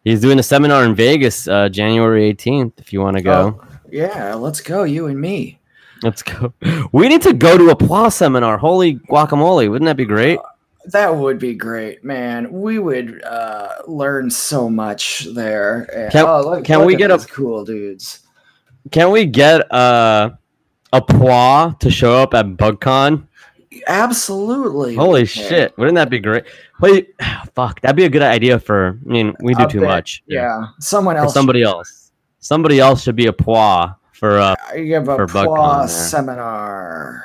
C: He's doing a seminar in Vegas, uh, January 18th. If you want to go,
B: Oh, yeah, let's go, you and me.
C: let's go. We need to go to a PLA seminar. Holy guacamole! Wouldn't that be great?
B: That would be great, man. We would uh, learn so much there. And-
C: Can-
B: oh, look,
C: can
B: look
C: we
B: at
C: get a-
B: these cool dudes?
C: can we get uh, a ploy to show up at BugCon?
B: Absolutely.
C: Holy
B: Okay.
C: shit! Wouldn't that be great? Wait, fuck, that'd be a good idea for. I mean, we do
B: Up
C: too
B: there.
C: much.
B: Yeah. Someone
C: for
B: else.
C: somebody else. Somebody else should be a ploy for. Uh,
B: I give a
C: for Bug
B: Pwa
C: Con there.
B: seminar.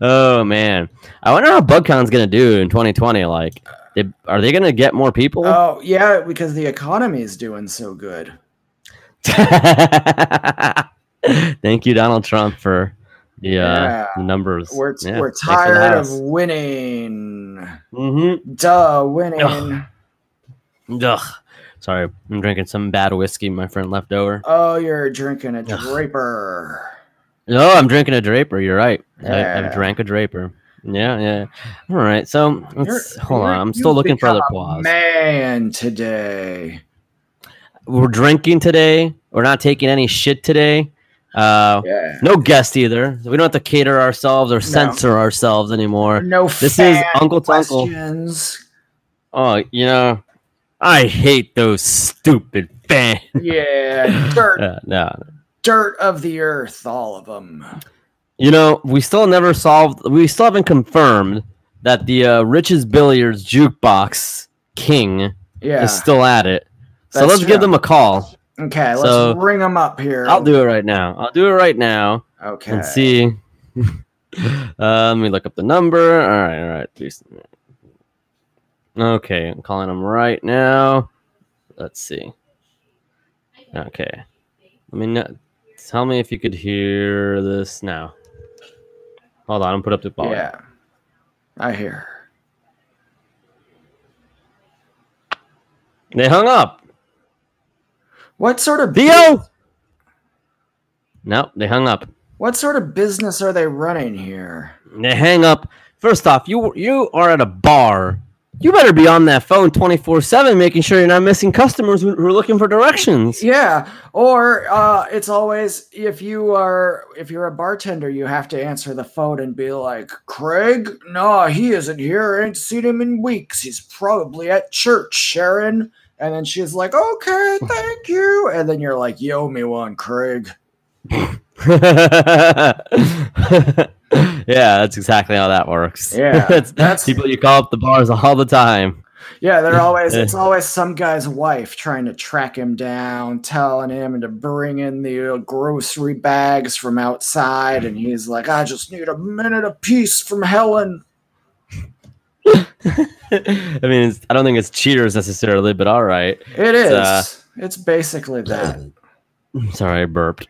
C: oh man, I wonder how BugCon's gonna do in 2020. Like, they, are they gonna get more people?
B: Oh yeah, because the economy is doing so good.
C: Thank you, Donald Trump, for the,
B: Yeah.
C: uh, the numbers.
B: We're
C: Yeah,
B: we're
C: thanks for the
B: tired of
C: house.
B: winning.
C: Mhm.
B: Duh, winning.
C: Ugh. Sorry, I'm drinking some bad whiskey my friend left over.
B: Oh, you're drinking a
C: Ugh.
B: draper.
C: No, I'm drinking a Draper. You're right. I,
B: Yeah.
C: I've drank a Draper. Yeah, yeah. All right. So let's
B: You're-
C: hold on.
B: you're-
C: I'm still
B: you've
C: looking for other
B: become a
C: applause.
B: Man, today.
C: We're drinking today. We're not taking any shit today. Uh,
B: Yeah.
C: no guest either. We don't have to cater ourselves or censor ourselves anymore.
B: No.
C: This
B: fan
C: is Uncle Tunkle.
B: questions.
C: Oh, you know, I hate those stupid fans.
B: Yeah. Dirt,
C: Uh, no,
B: dirt of the earth, all of them.
C: You know, we still never solved. We still haven't confirmed that the uh, Rich's Billiards jukebox king
B: Yeah.
C: is still at it. So
B: That's
C: let's give
B: true.
C: them a call.
B: okay, let's
C: so-
B: ring them up here.
C: I'll do it right now. I'll do it right now
B: Okay.
C: and see. uh, let me look up the number. All right, all right. Please. Okay, I'm calling them right now. Let's see. Okay. Let me know. Tell me if you could hear this now. Hold on, I'm put up the volume.
B: Yeah. I hear.
C: They hung up.
B: What sort of
C: Theo. Nope, they hung up.
B: What sort of business are they running here?
C: They hang up. First off, you you are at a bar. You better be on that phone twenty four seven, making sure you're not missing customers who who are looking for directions.
B: Yeah, or uh, it's always if you are if you're a bartender, you have to answer the phone and be like, "Craig, no, he isn't here. I ain't seen him in weeks. He's probably at church, Sharon." And then she's like, "Okay, thank you." And then you're like, "You owe me one, Craig."
C: yeah, that's exactly how that works.
B: Yeah,
C: that's,
B: that's-
C: people you call up the bars all the time.
B: Yeah, they're always it's always some guy's wife trying to track him down, telling him to bring in the uh, grocery bags from outside, and he's like, "I just need a minute apiece from Helen."
C: I mean, it's, I don't think it's cheaters necessarily, but all right.
B: It is.
C: uh,
B: it's basically that.
C: Sorry, I burped.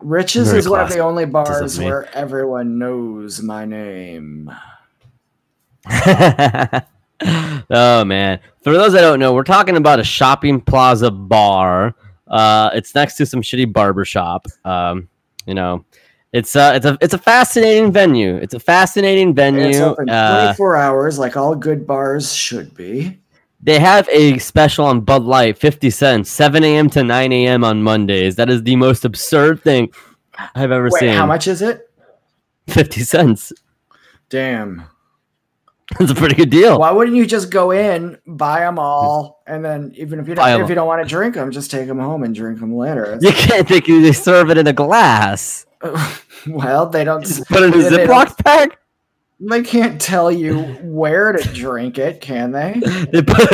B: Riches
C: very
B: is one of the
C: classic
B: only bars
C: me.
B: where everyone knows my name.
C: oh man! For those that don't know, we're talking about a shopping plaza bar. Uh, it's next to some shitty barber shop. Um, you know, it's a it's a it's a fascinating venue. It's a fascinating venue.
B: It's open
C: Uh,
B: 24 hours, like all good bars should be.
C: they have a special on Bud Light, fifty cents, seven a.m. to nine a.m. on Mondays. That is the most absurd thing I've ever
B: Wait,
C: seen.
B: how much is it?
C: Fifty cents.
B: Damn.
C: That's a pretty good deal.
B: Why wouldn't you just go in, buy them all, and then even if you
C: Hmm. Buy
B: don't,
C: 'em
B: if you don't want to drink them, just take them home and drink them later.
C: You can't think you they serve it in a glass.
B: well, they don't.
C: Just put it in a
B: they- they don't-
C: Ziploc bag.
B: They can't tell you where to drink it, can they?
C: they put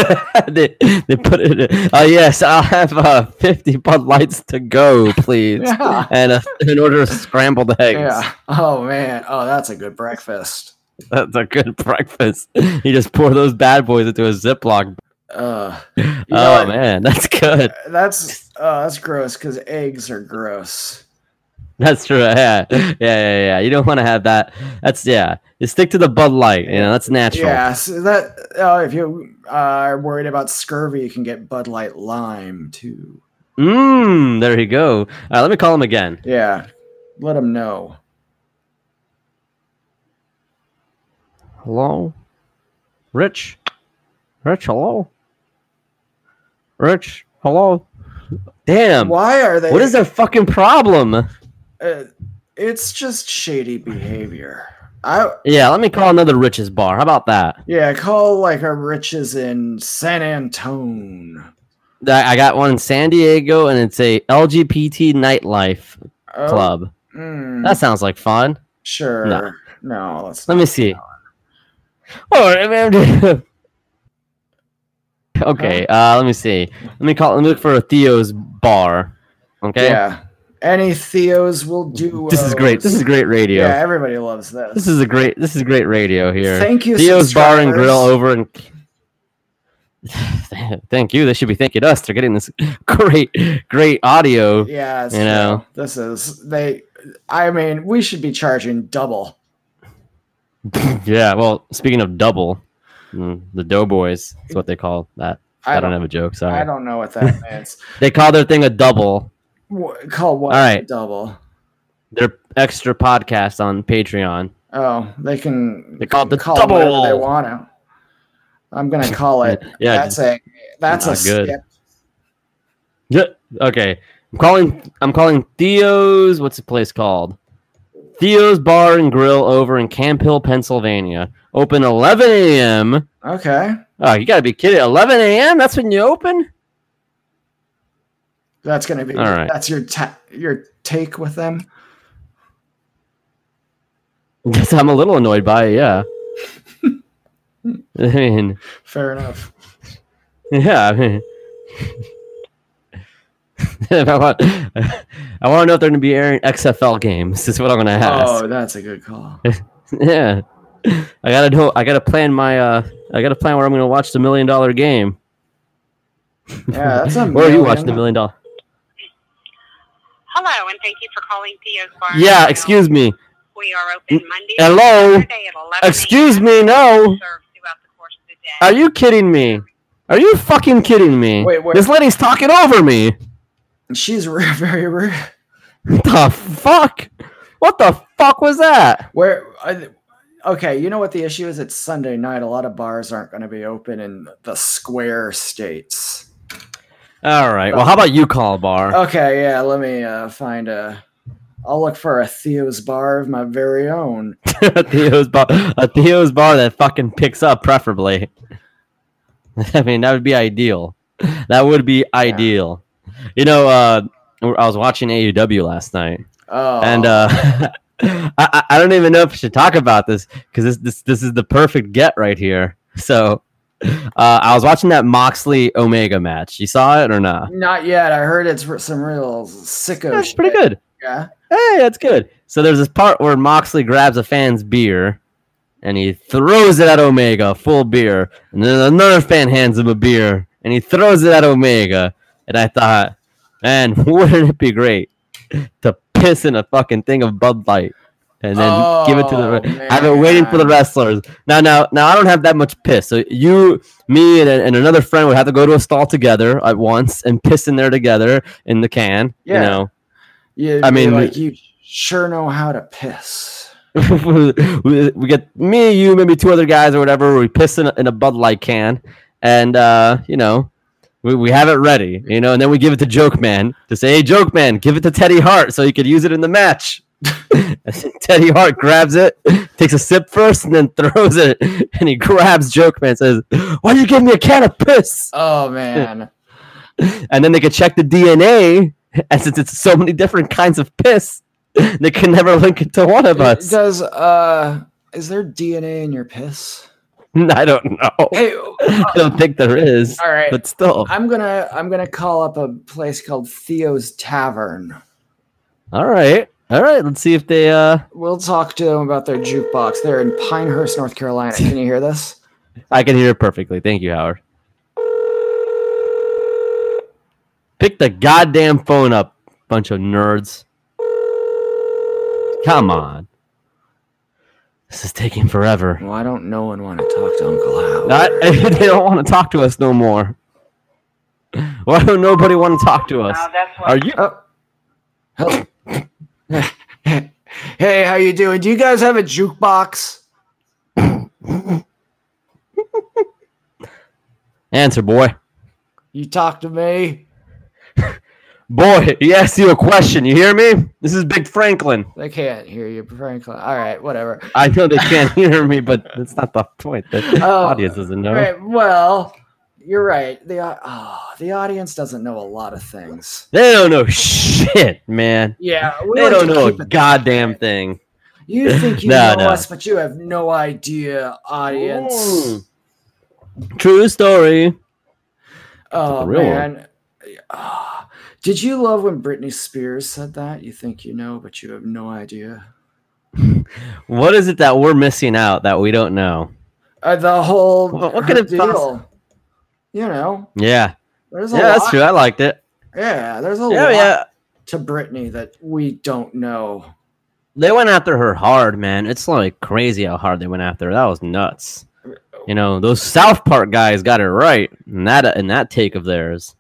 C: they, they put it. in- Oh yes, I'll have uh, fifty Bud Lights to go, please,
B: Yeah.
C: and a, an order of scrambled eggs.
B: Yeah. Oh man. Oh, that's a good breakfast.
C: That's a good breakfast. You just pour those bad boys into a Ziploc.
B: Uh,
C: Oh
B: know what?
C: man, that's good.
B: that's uh, that's gross because eggs are gross.
C: That's true. Yeah, yeah, yeah. yeah. You don't want to have that. That's yeah. You stick to the Bud Light. You know that's natural.
B: Yeah. So that uh, if you uh, are worried about scurvy, you can get Bud Light Lime too.
C: Mmm. There you go. All right, let me call him again.
B: Yeah. Let them know.
C: Hello? Rich? Rich, hello? Rich, hello? Damn.
B: Why are they?
C: What is their fucking problem?
B: Uh, it's just shady behavior. I
C: Yeah, let me call another Rich's bar. How about that?
B: yeah, call like our riches in San Antone.
C: that I got one in San Diego, and it's a LGBT nightlife
B: Oh,
C: club.
B: mm,
C: That sounds like fun.
B: sure.
C: no.
B: No, no let's
C: Let me see. Oh, I mean, okay. Uh, let me see. Let me call. Let me look for Theo's bar. Okay.
B: Yeah. Any Theos will do.
C: This is great. This is great radio.
B: Yeah, everybody loves this.
C: This is a great. This is great radio here.
B: Thank you,
C: Theo's Bar and
B: subscribers.
C: Grill over in. Thank you. They should be thanking us. They're getting this great, great audio.
B: Yeah, it's
C: You
B: true.
C: know.
B: this is they. I mean, we should be charging double.
C: Yeah. Well, speaking of double, mm, the Doughboys is what they call that. I, don't, have a joke.
B: I
C: Sorry.
B: don't know what that means.
C: They call their thing a double.
B: Wh- Call what?
C: All right.
B: double.
C: Their extra podcast on Patreon.
B: Oh, they can.
C: They call it the
B: it whatever they
C: double.
B: want to. I'm gonna call it.
C: Yeah,
B: that's a that's a
C: not good.
B: skip.
C: Yeah. Okay. I'm calling. I'm calling Theo's. What's the place called? Theo's Bar and Grill over in Camp Hill, Pennsylvania. Open 11 a.m.
B: Okay,
C: Oh, you gotta be kidding! 11 a.m. That's when you open?
B: that's gonna be.
C: All right.
B: That's your ta- your take with them.
C: Guess I'm a little annoyed by it. Yeah. I mean,
B: Fair enough.
C: yeah. I mean, if I want, I want to know if they're gonna be airing XFL games. Is what I'm gonna ask.
B: Oh, that's a good call.
C: Yeah. I gotta know. I gotta plan my. uh I gotta plan where I'm gonna watch the million dollar game.
B: Yeah, that's a.
C: Where are you watching the
B: million.
C: million dollar?
D: Hello, and thank you for calling Theo's Bar. and
C: Yeah,
D: Grill.
C: excuse me.
D: We are open Monday. through
C: Hello?
D: Saturday at 11 a.m.
C: Excuse me, no.
D: Served throughout the course of the day.
C: Are you kidding me? Are you fucking kidding me?
B: Wait, where-
C: This lady's talking over me.
B: She's re- very rude.
C: What the fuck? What the fuck was that?
B: Where? I th- okay, you know what the issue is? It's Sunday night. A lot of bars aren't going to be open in the square states.
C: All right. Well, how about you call a bar?
B: Okay, yeah. Let me uh, find a. I'll look for a Theo's bar of my very own.
C: a Theo's bar. A Theo's bar that fucking picks up, preferably. I mean, that would be ideal. That would be ideal. You know, uh, I was watching AUW last night.
B: Oh,
C: and uh, I- I, I don't even know if I should talk about this because this, this this is the perfect get right here. So uh, I was watching that Moxley Omega match. You saw it or not?
B: not yet. I heard it's r- some real sicko.
C: That's
B: shit.
C: pretty good.
B: Yeah.
C: Hey, that's good. So there's this part where Moxley grabs a fan's beer and he throws it at Omega, full beer. And then another fan hands him a beer and he throws it at Omega. And I thought, man, wouldn't it be great to piss in a fucking thing of Bud Light and then give it to
B: Oh,
C: the. I've been waiting for the
B: man.
C: wrestlers. Now, now, now, I don't have that much piss. So you, me, and, and another friend would have to go to a stall together at once and piss in there together in the can.
B: Yeah.
C: You know.
B: You,
C: I
B: I mean,
C: mean-
B: like you sure know how to piss.
C: we we get me, you, maybe two other guys or whatever. We piss in a, in a Bud Light can, and uh, you know, we, we have it ready, you know, and then we give it to Joke Man to say, "Hey, Joke Man, give it to Teddy Hart so he could use it in the match." Teddy Hart grabs it, takes a sip first, and then throws it, and he grabs Joke Man, says, "Why you give me a can of piss?"
B: Oh man.
C: And then they could check the DNA, and since it's so many different kinds of piss, they can never link it to one of us.
B: Does uh, is there DNA in your piss?
C: I don't know.
B: Hey,
C: I don't think there is.
B: all right.
C: But still.
B: I'm gonna I'm gonna call up a place called Theo's Tavern.
C: All right. All right. Let's see if they uh
B: We'll talk to them about their jukebox. They're in Pinehurst, North Carolina. Can you hear this?
C: I can hear it perfectly. Thank you, Howard. Pick the goddamn phone up, bunch of nerds. Come on. This is taking forever.
B: Why don't no one want to talk to Uncle Howard?
C: I, they don't want to talk to us no more. Why don't nobody want to talk to us? Are you
B: Oh. Hello. hey, how you doing? Do you guys have a jukebox?
C: answer, boy?
B: You talk to me.
C: Boy, he asked you a question. You hear me? This is Big Franklin.
B: They can't hear you, Franklin. All right, whatever.
C: I know they can't hear me, but that's not the point. The
B: Oh,
C: audience doesn't know.
B: All right, well, you're right. The au- ah, the audience doesn't know a lot of things.
C: They don't know shit, man.
B: Yeah, we
C: They
B: like
C: don't
B: to
C: know a
B: keep it-
C: goddamn thing.
B: You think you
C: No,
B: know
C: no.
B: us, but you have no idea, audience.
C: Mm. Hmm. True story.
B: Oh
C: real one.
B: man. Ah, Did you love when Britney Spears said that? You think you know, but you have no idea.
C: What is it that we're missing out that we don't know?
B: Uh, the whole
C: What- what
B: her
C: could it
B: deal.
C: poss-
B: You know,
C: Yeah,
B: there's a
C: yeah,
B: lot.
C: that's true. I liked it.
B: Yeah, there's a
C: Yeah,
B: lot
C: yeah.
B: to Britney that we don't know.
C: They went after her hard, man. It's like crazy how hard they went after her. That was nuts. You know, those South Park guys got it right in that in that take of theirs.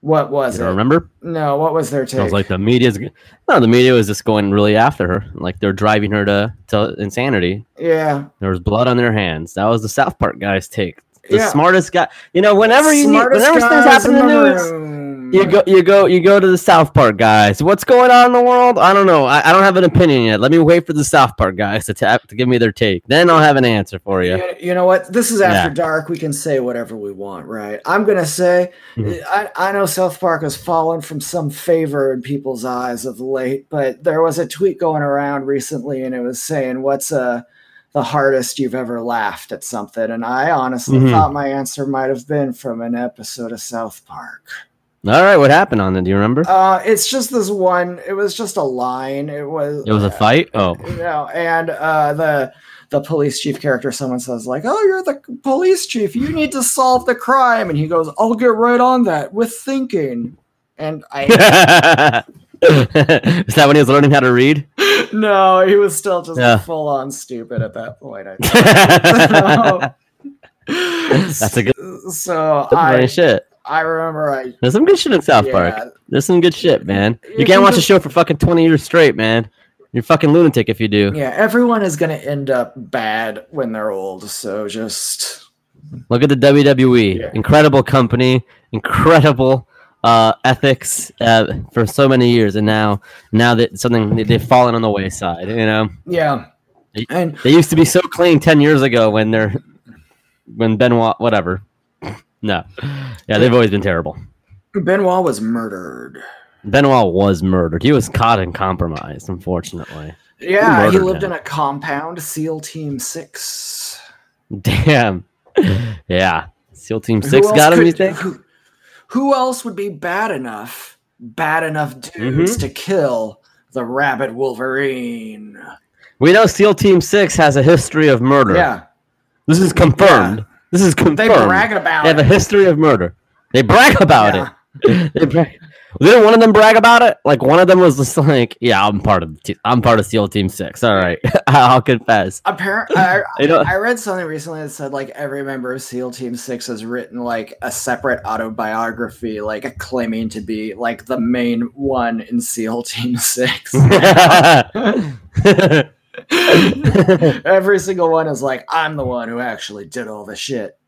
B: What was
C: You
B: it?
C: don't remember?
B: No, what was their take?
C: It was like the media's no, the media was just going really after her. Like they're driving her to, to insanity.
B: yeah,
C: There was blood on their hands. That was the South Park guys take. The
B: Yeah.
C: smartest guy. You know, whenever you need,
B: Smartest
C: whenever things
B: guys
C: happen in the news,
B: room.
C: You go, you go, you go to the South Park guys. What's going on in the world? I don't know. I, I don't have an opinion yet. Let me wait for the South Park guys to tap to give me their take. Then I'll have an answer for you.
B: You, you know what? This is after
C: Yeah.
B: dark. We can say whatever we want, right? I'm gonna say,
C: Mhm.
B: I, I know South Park has fallen from some favor in people's eyes of late, but there was a tweet going around recently, and it was saying, "What's uh, the hardest you've ever laughed at something?" And I honestly
C: Mhm.
B: thought my answer might have been from an episode of South Park.
C: All right, what happened on it? Do you remember?
B: Uh, it's just this one. It was just a line. It was.
C: it was a fight. Oh,
B: you know, and uh, the the police chief character, someone says like, "Oh, you're the police chief. You need to solve the crime," and he goes, "I'll get right on that with thinking." And
C: is
B: I
C: that when he was learning how to read?
B: no, he was still just
C: Yeah.
B: full on stupid at that point. I think.
C: That's a good,
B: so
C: some funny
B: I
C: shit.
B: I remember I
C: There's some good shit in South Park.
B: yeah,
C: There's some good shit, man. You,
B: You
C: can't
B: can
C: watch a
B: just-
C: show for fucking 20 years straight, man. You're fucking lunatic if you do.
B: yeah everyone is gonna end up bad when they're old. So just
C: Look at the WWE.
B: Yeah.
C: Incredible company, incredible uh, ethics uh, for so many years, and now now that something they- they've fallen on the wayside. You know,
B: yeah,
C: Y-
B: and
C: they used to be so clean ten years ago when they're when Benoit whatever. No, yeah, they've always been terrible.
B: Benoit was murdered.
C: Benoit was murdered. He was caught and compromised, unfortunately.
B: Yeah, he
C: murdered
B: lived
C: him.
B: in a compound, SEAL Team Six.
C: Damn. Yeah, SEAL Team Six
B: else
C: got him.
B: could-
C: You think?
B: Who, who else would be bad enough? Bad enough dudes
C: Mm-hmm.
B: to kill the Rabbit Wolverine.
C: We know SEAL Team Six has a history of murder.
B: Yeah,
C: This is confirmed. This is confirmed.
B: they brag about
C: They have a
B: it.
C: history of murder. They brag about
B: Yeah.
C: it. They brag. Didn't one of them brag about it? Like one of them was just like, "Yeah, I'm part of the te- I'm part of SEAL Team Six. All right, I'll confess."
B: Apparently, I,
C: You know-
B: I read something recently that said like every member of SEAL Team Six has written like a separate autobiography, like claiming to be like the main one in SEAL Team Six. every single one is like, I'm the one who actually did all the shit.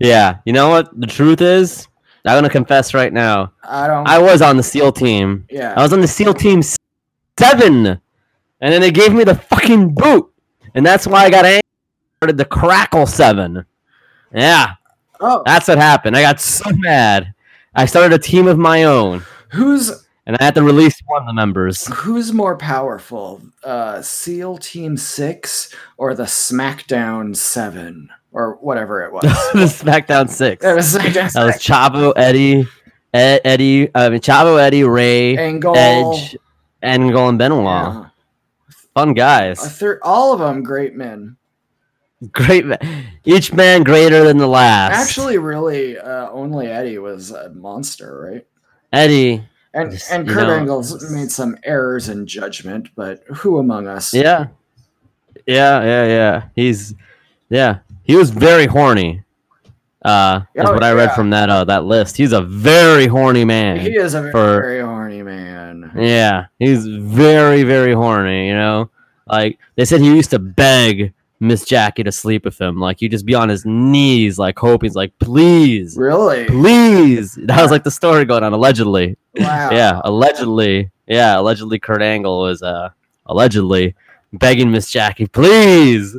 C: yeah, you know what? The truth is, I'm gonna confess right now.
B: I don't.
C: I was on the SEAL Team.
B: yeah.
C: I was on the SEAL Team s- Seven, and then they gave me the fucking boot, and that's why I got angry. Started the Crackle Seven. Yeah.
B: oh,
C: That's what happened. I got so mad. I started a team of my own,
B: who's
C: and I had to release one of the members.
B: who's more powerful, uh, SEAL Team Six or the SmackDown Seven or whatever it was?
C: the SmackDown Six.
B: it
C: That
B: was SmackDown
C: was
B: Six.
C: Chavo, Eddie, Ed, Eddie, I mean Chavo, Eddie, Ray,
B: Angle.
C: Edge, Angle, and Benoit.
B: oh. yeah.
C: Fun
B: A
C: guys.
B: thir- all of them great men.
C: Great. ma- Each man greater than the last.
B: Actually, really, uh, only Eddie was a monster, right?
C: Eddie.
B: And
C: Just,
B: and
C: you
B: Kurt
C: know,
B: Angle's made some errors in judgment, but who among us?
C: Yeah. Yeah. Yeah. Yeah. He's. Yeah. He was very horny. Uh, that's
B: Oh,
C: what I read
B: yeah.
C: from that uh, that list. He's a very horny man.
B: he is a very,
C: for-
B: horny man.
C: Yeah, he's very, very horny. You know, like they said, he used to beg Miss Jackie to sleep with him. Like he'd just be on his knees, like hoping, he's like, please,
B: Really?
C: please. That was like the story going on allegedly.
B: Wow.
C: Yeah, allegedly. Yeah, allegedly. Kurt Angle was uh allegedly begging Miss Jackie, please,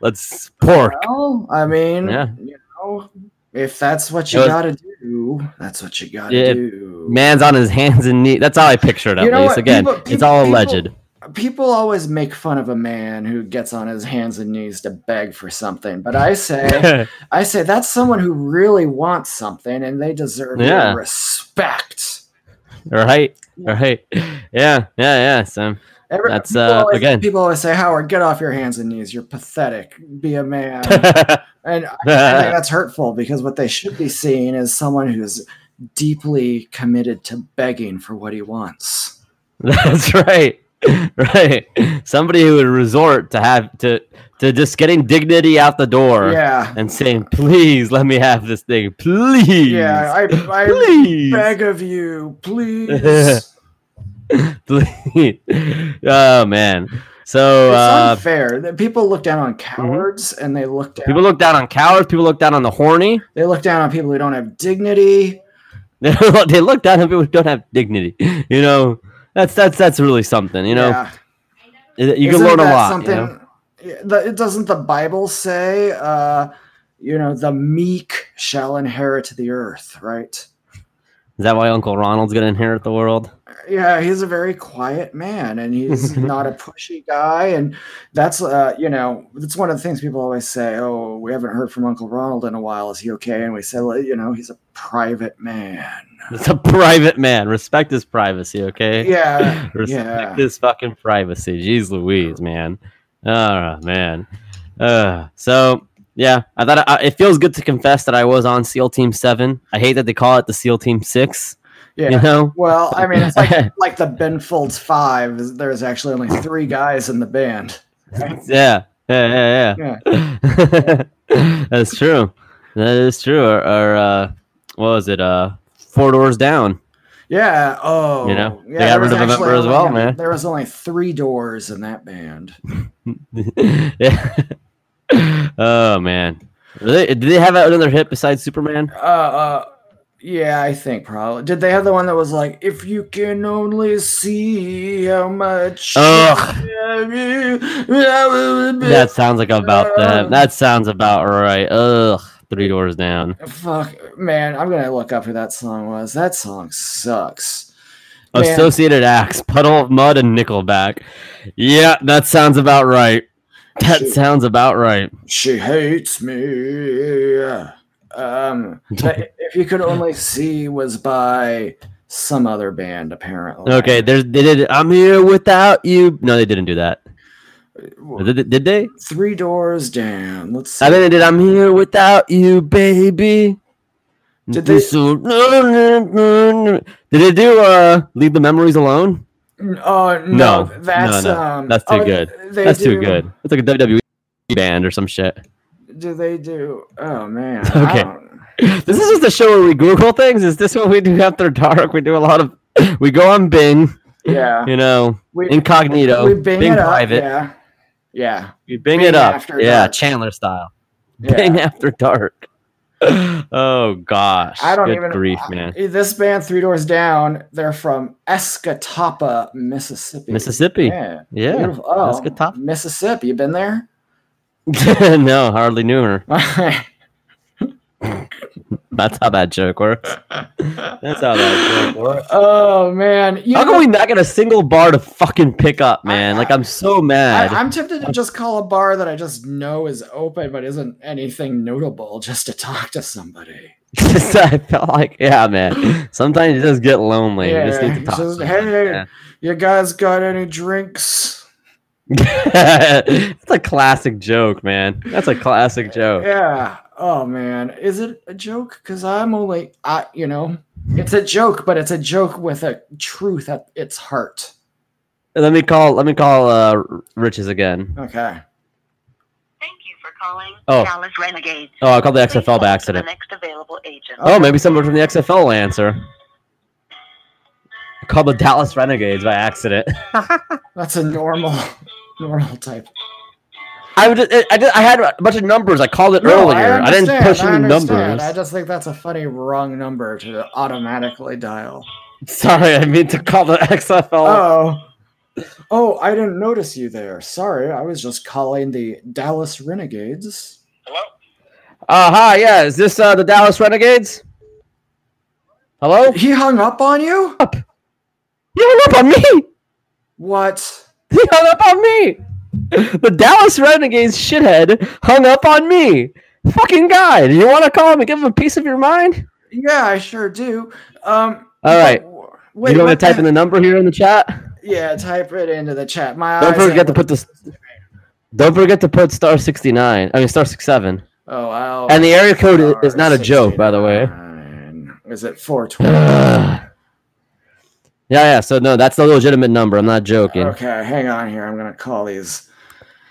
C: let's pork.
B: Well, I mean,
C: Yeah.
B: you know, If that's what you
C: It was-
B: gotta do, that's what you gotta
C: Yeah,
B: do.
C: Man's on his hands and knees. That's how I picture it, at
B: You know
C: least.
B: what?
C: Again,
B: People-
C: it's all
B: people-
C: alleged.
B: People always make fun of a man who gets on his hands and knees to beg for something, but I say, I say that's someone who really wants something and they deserve your
C: Yeah.
B: respect.
C: right? Right. Yeah. Yeah. Yeah. So,
B: Every-
C: That's,
B: people
C: uh,
B: always-
C: again-
B: People always say, "Howard, get off your hands and knees. You're pathetic. Be a man." and I I think that's hurtful because what they should be seeing is someone who's deeply committed to begging for what he wants.
C: That's right. Right. Somebody who would resort to have to to just getting dignity out the door
B: yeah,
C: and saying, "Please let me have this thing, please."
B: yeah. I, I
C: please.
B: beg of you, please.
C: please. Oh man. So uh, mm-hmm.
B: it's unfair that people look down on cowards and they look down
C: people look down on cowards. People look down on the horny.
B: they look down on people who don't have dignity
C: They look they look down on people who don't have dignity. You know, that's that's that's really something. You know,
B: Yeah.
C: you
B: Isn't
C: can learn a
B: that
C: lot. you know?
B: Yeah, the- it doesn't the bible say uh you know the meek shall inherit the earth right
C: Is that why Uncle Ronald's gonna inherit the world?
B: yeah he's a very quiet man and he's not a pushy guy and that's uh you know that's one of the things people always say oh we haven't heard from uncle ronald in a while is he okay and we say well, you know he's a private man
C: It's a private man. Respect his privacy, okay?
B: yeah yeah
C: Respect his fucking privacy. Jeez Louise, man. Oh man. Uh, so yeah, I thought I, it feels good to confess that I was on SEAL Team Seven. I hate that they call it the SEAL Team Six.
B: yeah
C: You know,
B: Well, I mean, it's like, like the Ben Folds Five. is- There's actually only three guys in the band.
C: yeah, yeah,
B: Yeah.
C: yeah, yeah. That's true. That is true. Or, or uh, what was it? Uh, Four Doors Down.
B: Yeah. Oh.
C: You know,
B: Yeah,
C: they got
B: there
C: rid
B: was
C: of a
B: actually
C: member as
B: only-
C: well, man.
B: There was only three doors in that band.
C: yeah. oh man. Were they- Did they have another hit besides Superman?
B: Uh, uh. Yeah, I think probably. Did they have the one that was like, "If you can only see how much"?
C: Ugh. That
B: That's
C: sounds like about that. That sounds about right. Ugh, three doors down.
B: fuck, man. I'm gonna look up who that song was. That song sucks. Man.
C: Associated Acts, Puddle of Mud, and Nickelback. Yeah, that sounds about right. That
B: Shoot.
C: sounds about right.
B: She hates me. Um, but if you could only see was by some other band, apparently.
C: Okay, there's they did. I'm here without you. No, they didn't do that. Did, they- did they?
B: Three doors down. Let's see.
C: I think they did. I'm here without you, baby.
B: Did they-
C: So- Did they do uh leave the memories alone?
B: oh no,
C: No,
B: that's
C: no, no.
B: um,
C: That's too
B: oh,
C: good.
B: they
C: That's
B: do-
C: too good. It's like a WWE band or some shit.
B: Do they do? Oh man.
C: Okay.
B: I don't-
C: This is just a show where we Google things. Is this what we do after dark? We do a lot of, we go on Bing,
B: Yeah.
C: you know,
B: We,
C: incognito,
B: we
C: Bing,
B: bing, it
C: private,
B: up. Yeah. Yeah.
C: we Bing,
B: Bing
C: it up,
B: after
C: yeah,
B: dark.
C: Chandler style,
B: yeah.
C: Bing after dark. Oh gosh,
B: I don't
C: Good
B: even-
C: grief,
B: I-
C: man.
B: This band, Three Doors Down, they're from Escatapa, Mississippi.
C: Mississippi, yeah.
B: Yeah. Beautiful. Oh,
C: that's good top.
B: Mississippi. You been there?
C: no, hardly knew her. That's how that joke works. That's how that joke works.
B: oh man. You
C: How
B: know,
C: come we not get a single bar to fucking pick up, man? Like I'm so mad.
B: I, am tempted to just call a bar that I just know is open but isn't anything notable just to talk to somebody.
C: Just, I felt like, yeah, man. Sometimes you just get lonely. you just need to
B: Yeah,
C: talk. to
B: just,
C: someone,
B: "Hey."
C: man.
B: You guys got any drinks?
C: That's a classic joke, man. That's a classic joke.
B: Yeah. Oh man, is it a joke? Because I'm only, I, you know, it's a joke, but it's a joke with a truth at its heart.
C: Let me call. Let me call uh, Riches again.
B: Okay.
D: Thank you for calling
C: Oh.
D: Dallas Renegades.
C: Oh, I called the
D: Please
C: XFL
D: hold
C: by
D: for the
C: accident.
D: next available agent.
C: Oh, maybe someone from the XFL will answer. I called the Dallas Renegades by accident.
B: That's a normal, normal type.
C: I would. I, I, did- I had a bunch of numbers. I called it
B: No,
C: earlier. I, didn't
B: understand,
C: push any
B: understand.
C: numbers.
B: I just think that's a funny wrong number to automatically dial.
C: Sorry, I mean to call the XFL.
B: Oh. Oh, I didn't notice you there. Sorry, I was just calling the Dallas Renegades.
D: Hello?
C: Uh, hi, yeah. Is this uh, the Dallas Renegades? Hello?
B: He hung up on you?
C: Oh. He hung up on me.
B: What?
C: He hung up on me. The Dallas Renegades shithead hung up on me. Fucking guy. Do you want to call him and give him a piece of your mind?
B: Yeah, I sure do. Um.
C: All right.
B: w- Wait,
C: you want to
B: what
C: type in the number here in the chat?
B: Yeah, type it into the chat. My
C: Don't
B: eyes ain't
C: forget to
B: looking-
C: put this. Don't forget to put star sixty nine. I mean star six seven.
B: Oh, wow.
C: And the area code i- is not a joke, by the way.
B: Is it 420?
C: Ugh. yeah, yeah. So no, that's the legitimate number. I'm not joking.
B: okay, hang on here. I'm gonna call these.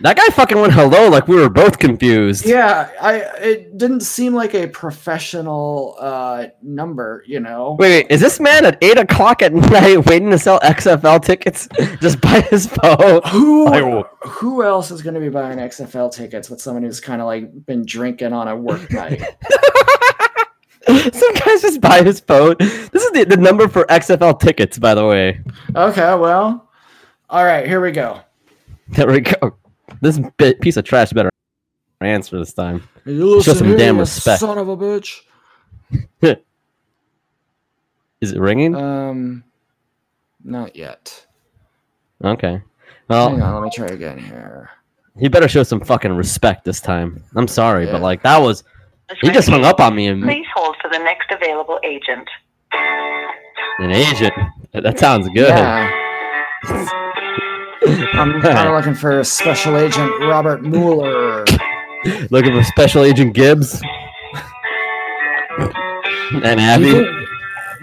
C: That guy fucking went hello like we were both confused.
B: Yeah, I. It didn't seem like a professional uh number, you know.
C: Wait, wait, is this man at eight o'clock at night waiting to sell XFL tickets just by his phone?
B: Who
C: I will-
B: who else is going to be buying XFL tickets with someone who's kind of like been drinking on a work night?
C: Some guy's just by his phone. This is the, the number for XFL tickets, by the way.
B: okay, well, all right, here we go.
C: There we go. This bit, piece of trash better answer this time.
B: You
C: Show
B: listen
C: some
B: here,
C: damn
B: you
C: respect.
B: son of a bitch.
C: Is it ringing?
B: Um, not yet.
C: okay. Well,
B: Hang on, let me try again here.
C: He better show some fucking respect this time. I'm sorry,
B: Yeah.
C: but like that was he just hung up on me in
D: Please hold for the next available agent.
C: an agent. That sounds good.
B: Yeah. I'm kind of looking for Special Agent Robert Mueller.
C: Looking for Special Agent Gibbs and
B: Do you,
C: Abby.
B: think,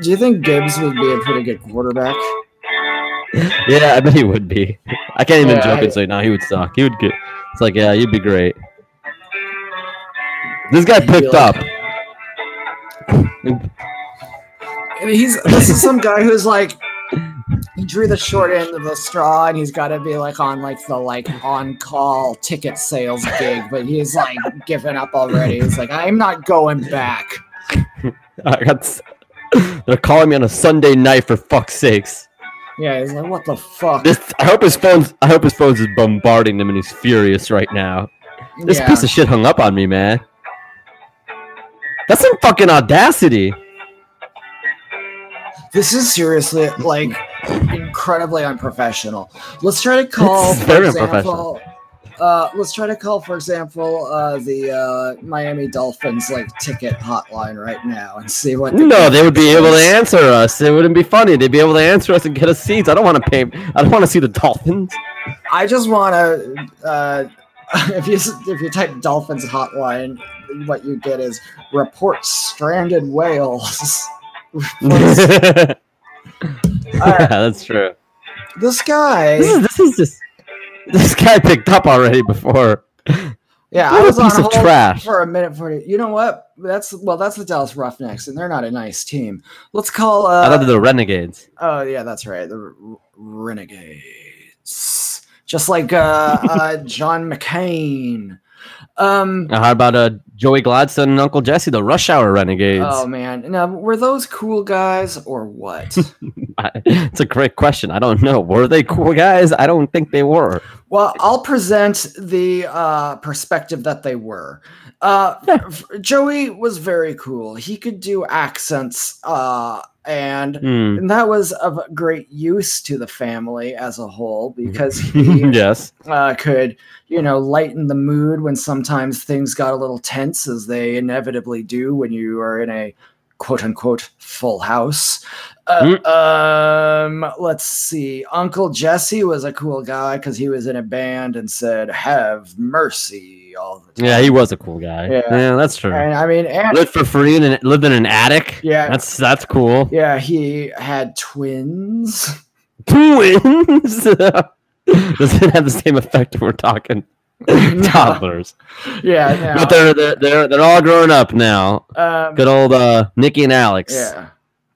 B: do you think Gibbs would be a pretty good quarterback?
C: Yeah, I bet he would be. I can't even
B: Yeah,
C: joke
B: I-
C: and say no. He would suck. He would get. It's like yeah, you'd be great. This guy
B: You'd be
C: picked
B: like-
C: up.
B: I mean, he's this is some guy who's like he drew the short end of the straw, and he's got to be like on like the like on call ticket sales gig, but he's like given up already. He's like, I'm not going back.
C: I got. s- They're calling me on a Sunday night for fuck's sakes.
B: Yeah, he's like, what the fuck?
C: This. I hope his phone's. I hope his phone's is bombarding him and he's furious right now. This
B: yeah.
C: piece of shit hung up on me, man. That's some fucking audacity.
B: this is seriously like incredibly unprofessional. Let's try to call
C: This is
B: for
C: very
B: example. Uh, let's try to call, for example, uh, the uh, Miami Dolphins like ticket hotline right now and see what. the-
C: No, they would be able to answer us. It wouldn't be funny. They'd be able to answer us and get us seats. I don't want to pay. I don't want to see the Dolphins.
B: I just want to. Uh, if you if you type dolphins hotline, what you get is report stranded whales.
C: yeah,
B: Alright.
C: that's true.
B: This
C: This
B: guy,
C: is, this is just. This guy picked up already before.
B: yeah, I
C: what a
B: was on
C: piece of
B: hold
C: trash.
B: for a minute for you. know what? That's well, that's the Dallas Roughnecks, and they're not a nice team. Let's call.
C: I thought they
B: Uh,
C: were the Renegades.
B: oh yeah, that's right, the R- Renegades, just like uh, uh, John McCain. Um,
C: Now, how about uh, Joey Gladstone and Uncle Jesse, the Rush Hour Renegades?
B: oh man, now were those cool guys or what?
C: I, it's a great question. I don't know. Were they cool guys? I don't think they were.
B: Well, I'll present the uh, perspective that they were. Uh, f- Joey was very cool. He could do accents, uh, and,
C: Hmm.
B: and that was of great use to the family as a whole
C: Mm-hmm.
B: because he
C: yes.
B: uh, could, you know, lighten the mood when sometimes things got a little tense, as they inevitably do when you are in a quote unquote full house.
C: Mm.
B: Uh, Um, let's see. Uncle Jesse was a cool guy because he was in a band and said, Have mercy all the time.
C: Yeah, he was a cool guy.
B: Yeah.
C: Yeah, that's true.
B: And I mean, and
C: Lived for free and lived in an attic.
B: Yeah.
C: that's that's cool.
B: yeah, he had twins.
C: Twins. Doesn't have the same effect when we're talking toddlers,
B: Yeah, no.
C: but they're, they're they're they're all grown up now.
B: Um,
C: Good old uh, Nikki and Alex.
B: yeah.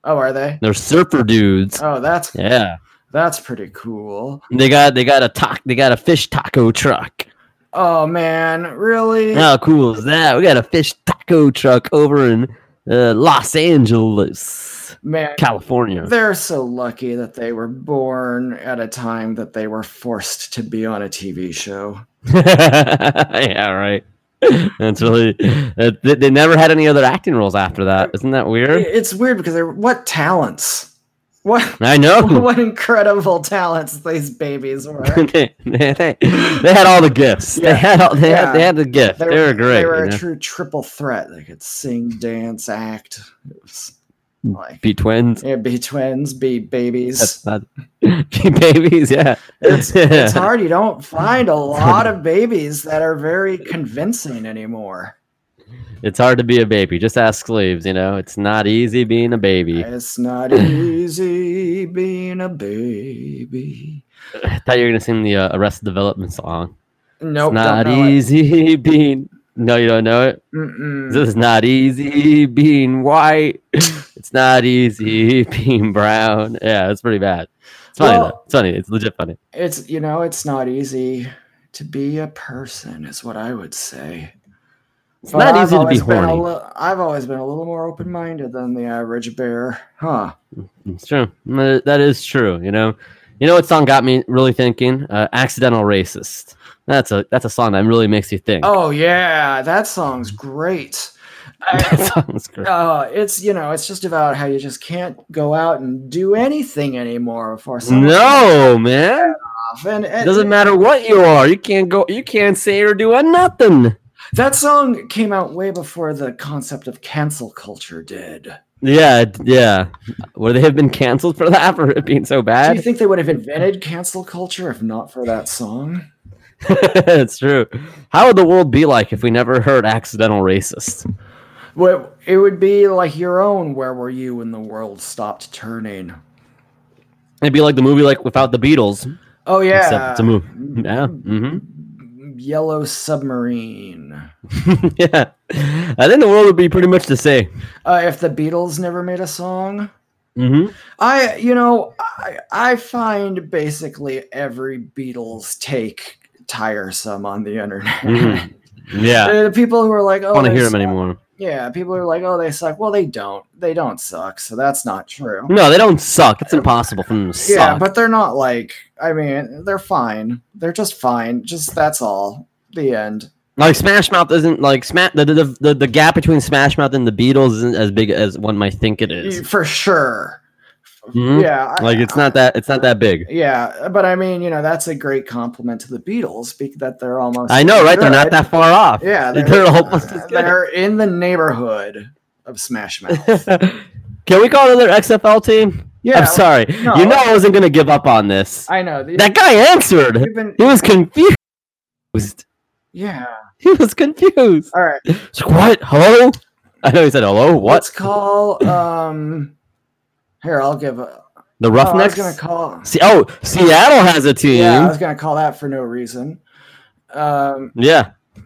B: Oh, are they?
C: They're surfer dudes.
B: Oh, that's
C: Yeah,
B: that's pretty cool.
C: they got they got a tac they got a fish taco truck.
B: Oh man, really?
C: How cool is that? We got a fish taco truck over in uh, Los Angeles,
B: Man,
C: California.
B: they're so lucky that they were born at a time that they were forced to be on a TV show.
C: yeah, right. That's really. that- They, they never had any other acting roles after that. Isn't that weird?
B: It's weird because they're what talents? What
C: I know.
B: what incredible talents these babies were.
C: Hmm. they, they, they- they had all the gifts.
B: Yeah.
C: They had all. They,
B: Yeah.
C: had, they had the gift. They were, great.
B: They were
C: you
B: a
C: know?
B: true triple threat. They could sing, dance, act. It was like
C: Be twins.
B: yeah, be twins, be
C: Hmm. That's
B: babies.
C: not, be babies. Yeah.
B: It's,
C: Yeah.
B: it's hard. You don't find a lot of babies that are very convincing anymore.
C: It's hard to be a baby. Just ask slaves. You know, it's not easy being a baby.
B: It's not easy being a baby.
C: I thought you were gonna sing the uh, Arrested Development song.
B: Nope,
C: not
B: don't know it.
C: easy being. No, you don't know it.
B: Mm-mm.
C: This is not easy being white. it's not easy being brown. Yeah, it's pretty bad. It's funny
B: Well-
C: though. It's funny. It's legit funny.
B: It's you know, it's not easy to be a person, is what I would say.
C: It's not easy to be
B: always been a
C: horny.
B: li- I've always been a little more open minded than the average bear, huh?
C: It's true. Mm, That is true. You know. You know what song got me really thinking? Uh, Accidental Racist. That's a that's a song that really makes you think.
B: Oh yeah, that song's great.
C: that
B: I-
C: song's great.
B: uh, it's you know, it's just about how you just can't go out and do anything anymore before someone
C: No, man.
B: off. And,
C: It
B: and
C: doesn't matter what you are. You can't go. You can't say or do a nothing.
B: That song came out way before the concept of cancel culture did.
C: Yeah, d- yeah. Would they have been canceled for that for it being so
B: Do you
C: bad?
B: think they would have invented cancel culture if not for that song?
C: it's true. How would the world be like if we never heard accidental racist?
B: Well, it would be like your own "Where Were You When the World Stopped Turning."
C: It'd be like the movie like without the Beatles.
B: Oh yeah,
C: Except it's a movie. Yeah. hmm
B: Yellow Submarine.
C: yeah. I think the world would be pretty much the same.
B: Uh, if the Beatles never made a song,
C: hmm
B: I you know I, I find basically every Beatles take tiresome on the internet.
C: Mhm. Yeah.
B: Uh, the people who are like,
C: I
B: oh,
C: don't want to
B: they
C: hear them
B: suck.
C: anymore.
B: Yeah, people are like, oh, they suck. Well, they don't. They don't suck. So that's not true.
C: No, they don't suck. It's impossible for them to Mm, suck.
B: Yeah, but they're not like. I mean, they're fine. They're just fine. Just that's all. The end.
C: Like Smash Mouth isn't like Sma- the, the the the gap between Smash Mouth and the Beatles isn't as big as one might think it is.
B: For sure.
C: Mhm.
B: Yeah. I-
C: Like it's not that it's not that big.
B: Yeah, but I mean, you know, that's a great compliment to the Beatles because that they're almost.
C: I know, right? They're not
B: good.
C: that far off.
B: Yeah,
C: they're,
B: they're,
C: almost as good.
B: they're in the neighborhood of Smash Mouth.
C: Can we call another XFL team?
B: Yeah,
C: I'm sorry.
B: no.
C: You know I wasn't gonna give up on this.
B: I know.
C: that guy answered.
B: You've been,
C: He was confused.
B: yeah.
C: He was confused.
B: All right.
C: He's like, what? Hello? I know he said hello. What?
B: Let's call. Um. Here, I'll give. A,
C: The
B: oh, I was
C: Roughnecks?
B: gonna call.
C: Se- oh, Seattle has a team.
B: Yeah, I
C: Yeah.
B: was gonna call that for no reason. Um.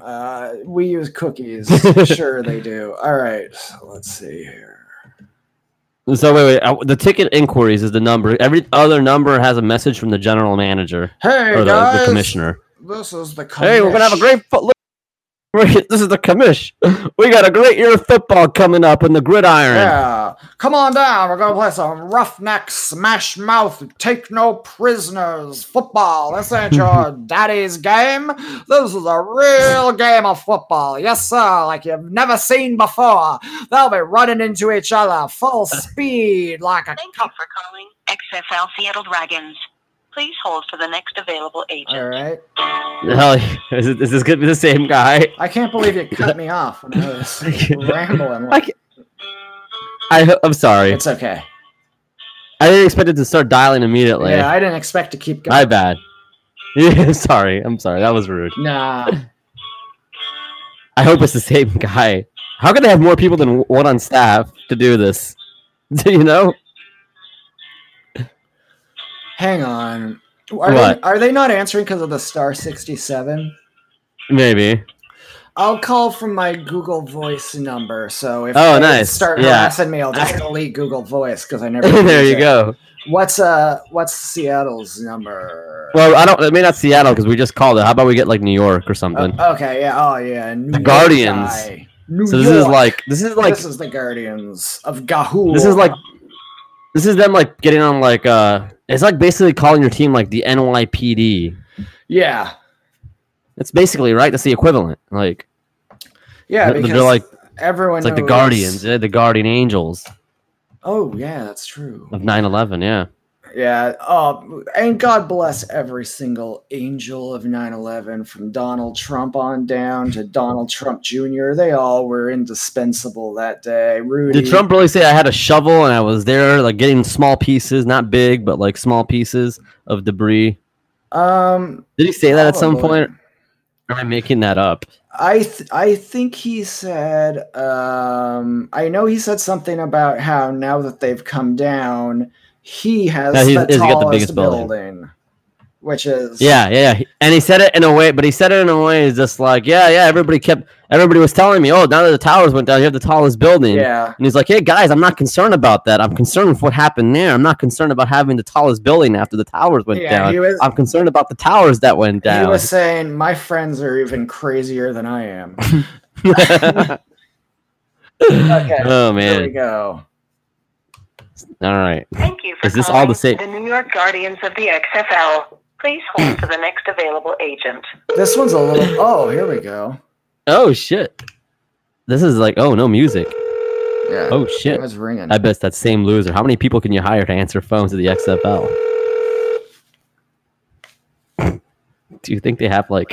B: Uh, we use cookies. sure, they do. All right. so let's see here.
C: So wait, wait. uh, The ticket inquiries is the number. Every other number has a message from the general manager
B: Hey
C: or Oh, the,
B: guys.
C: the commissioner.
B: This is the. Commish.
C: Hey, we're gonna have a great foot. look, we're- This is the commish. We got a great year of football coming up in the gridiron.
B: Yeah. Come on down. We're going to play some roughneck, smash mouth, take no prisoners football. This ain't your daddy's game. This is a real game of football. Yes, sir. Like you've never seen before. They'll be running into each other full speed like a
D: Thank you
B: cup.
D: for calling XFL Seattle Dragons. Please hold for the next available agent.
B: All right.
C: Hell, yeah. is, it, is this gonna be the same guy?
B: I can't believe you cut me off when I was rambling.
C: I ca- I, ho- I'm sorry.
B: It's okay.
C: I didn't expect it to start dialing immediately.
B: Yeah, I didn't expect to keep
C: My
B: going.
C: bad. Yeah, sorry. I'm sorry. That was rude.
B: Nah.
C: I hope it's the same guy. How can they have more people than one on staff to do this? Do you know?
B: Hang on. Are, They,
C: What?
B: are they not answering because of the star 67?
C: Maybe.
B: I'll call from my Google Voice number. So if
C: Oh,
B: they
C: nice.
B: start
C: Yeah.
B: harassing me, I'll just delete Google Voice because I never.
C: there
B: use
C: you
B: it.
C: go.
B: What's uh What's Seattle's number?
C: Well, I don't. I mean, not Seattle because we just called it. How about we get like New York or something?
B: Uh, okay, yeah, oh yeah, New
C: The
B: York
C: Guardians.
B: guy. New
C: so this is
B: York.
C: like this is like
B: this is the Guardians of Gahul.
C: This is like this is them like getting on like uh it's like basically calling your team like the NYPD.
B: yeah.
C: It's basically right. That's the equivalent. Like
B: Yeah,
C: They're- they're
B: because
C: like-
B: everyone.
C: It's like the
B: knows-
C: guardians, yeah, the guardian angels
B: Oh yeah, that's true.
C: of 9/11. Yeah,
B: Yeah. Oh, and God bless every single angel of 9 11 from Donald Trump on down to Donald Trump Jr. They all were indispensable that day. Rudy.
C: did Trump really say I had a shovel and I was there like getting small pieces, not big, but like small pieces of debris?
B: Um,
C: Did he say that at some
B: probably.
C: point? Or am I making that up?
B: I th- I think he said um I know he said something about how now that they've come down he has
C: That he's-
B: the
C: he's got the
B: tallest
C: biggest building.
B: building, which is
C: Yeah, yeah, yeah. He- And he said it in a way, but he said it in a way is just like, yeah, yeah. Everybody kept, everybody was telling me, oh, now that the towers went down, you have the tallest building.
B: yeah
C: And he's like, hey guys, I'm not concerned about that. I'm concerned with what happened there. I'm not concerned about having the tallest building after the towers went
B: Yeah,
C: down.
B: he was-
C: I'm concerned about the towers that went
B: he
C: down.
B: was saying my friends are even crazier than I am Okay,
C: Oh
B: there we
C: man.
B: go
C: All right.
D: Thank you for
C: Is this all
D: calling
C: the same-
D: The New York Guardians of the XFL. Please hold for the next available agent.
B: this one's a little oh here we go
C: Oh shit. This is like, oh no music.
B: yeah
C: Oh
B: it
C: shit.
B: was ringing
C: I bet that same loser. How many people can you hire to answer phones at the XFL? Do you think they have like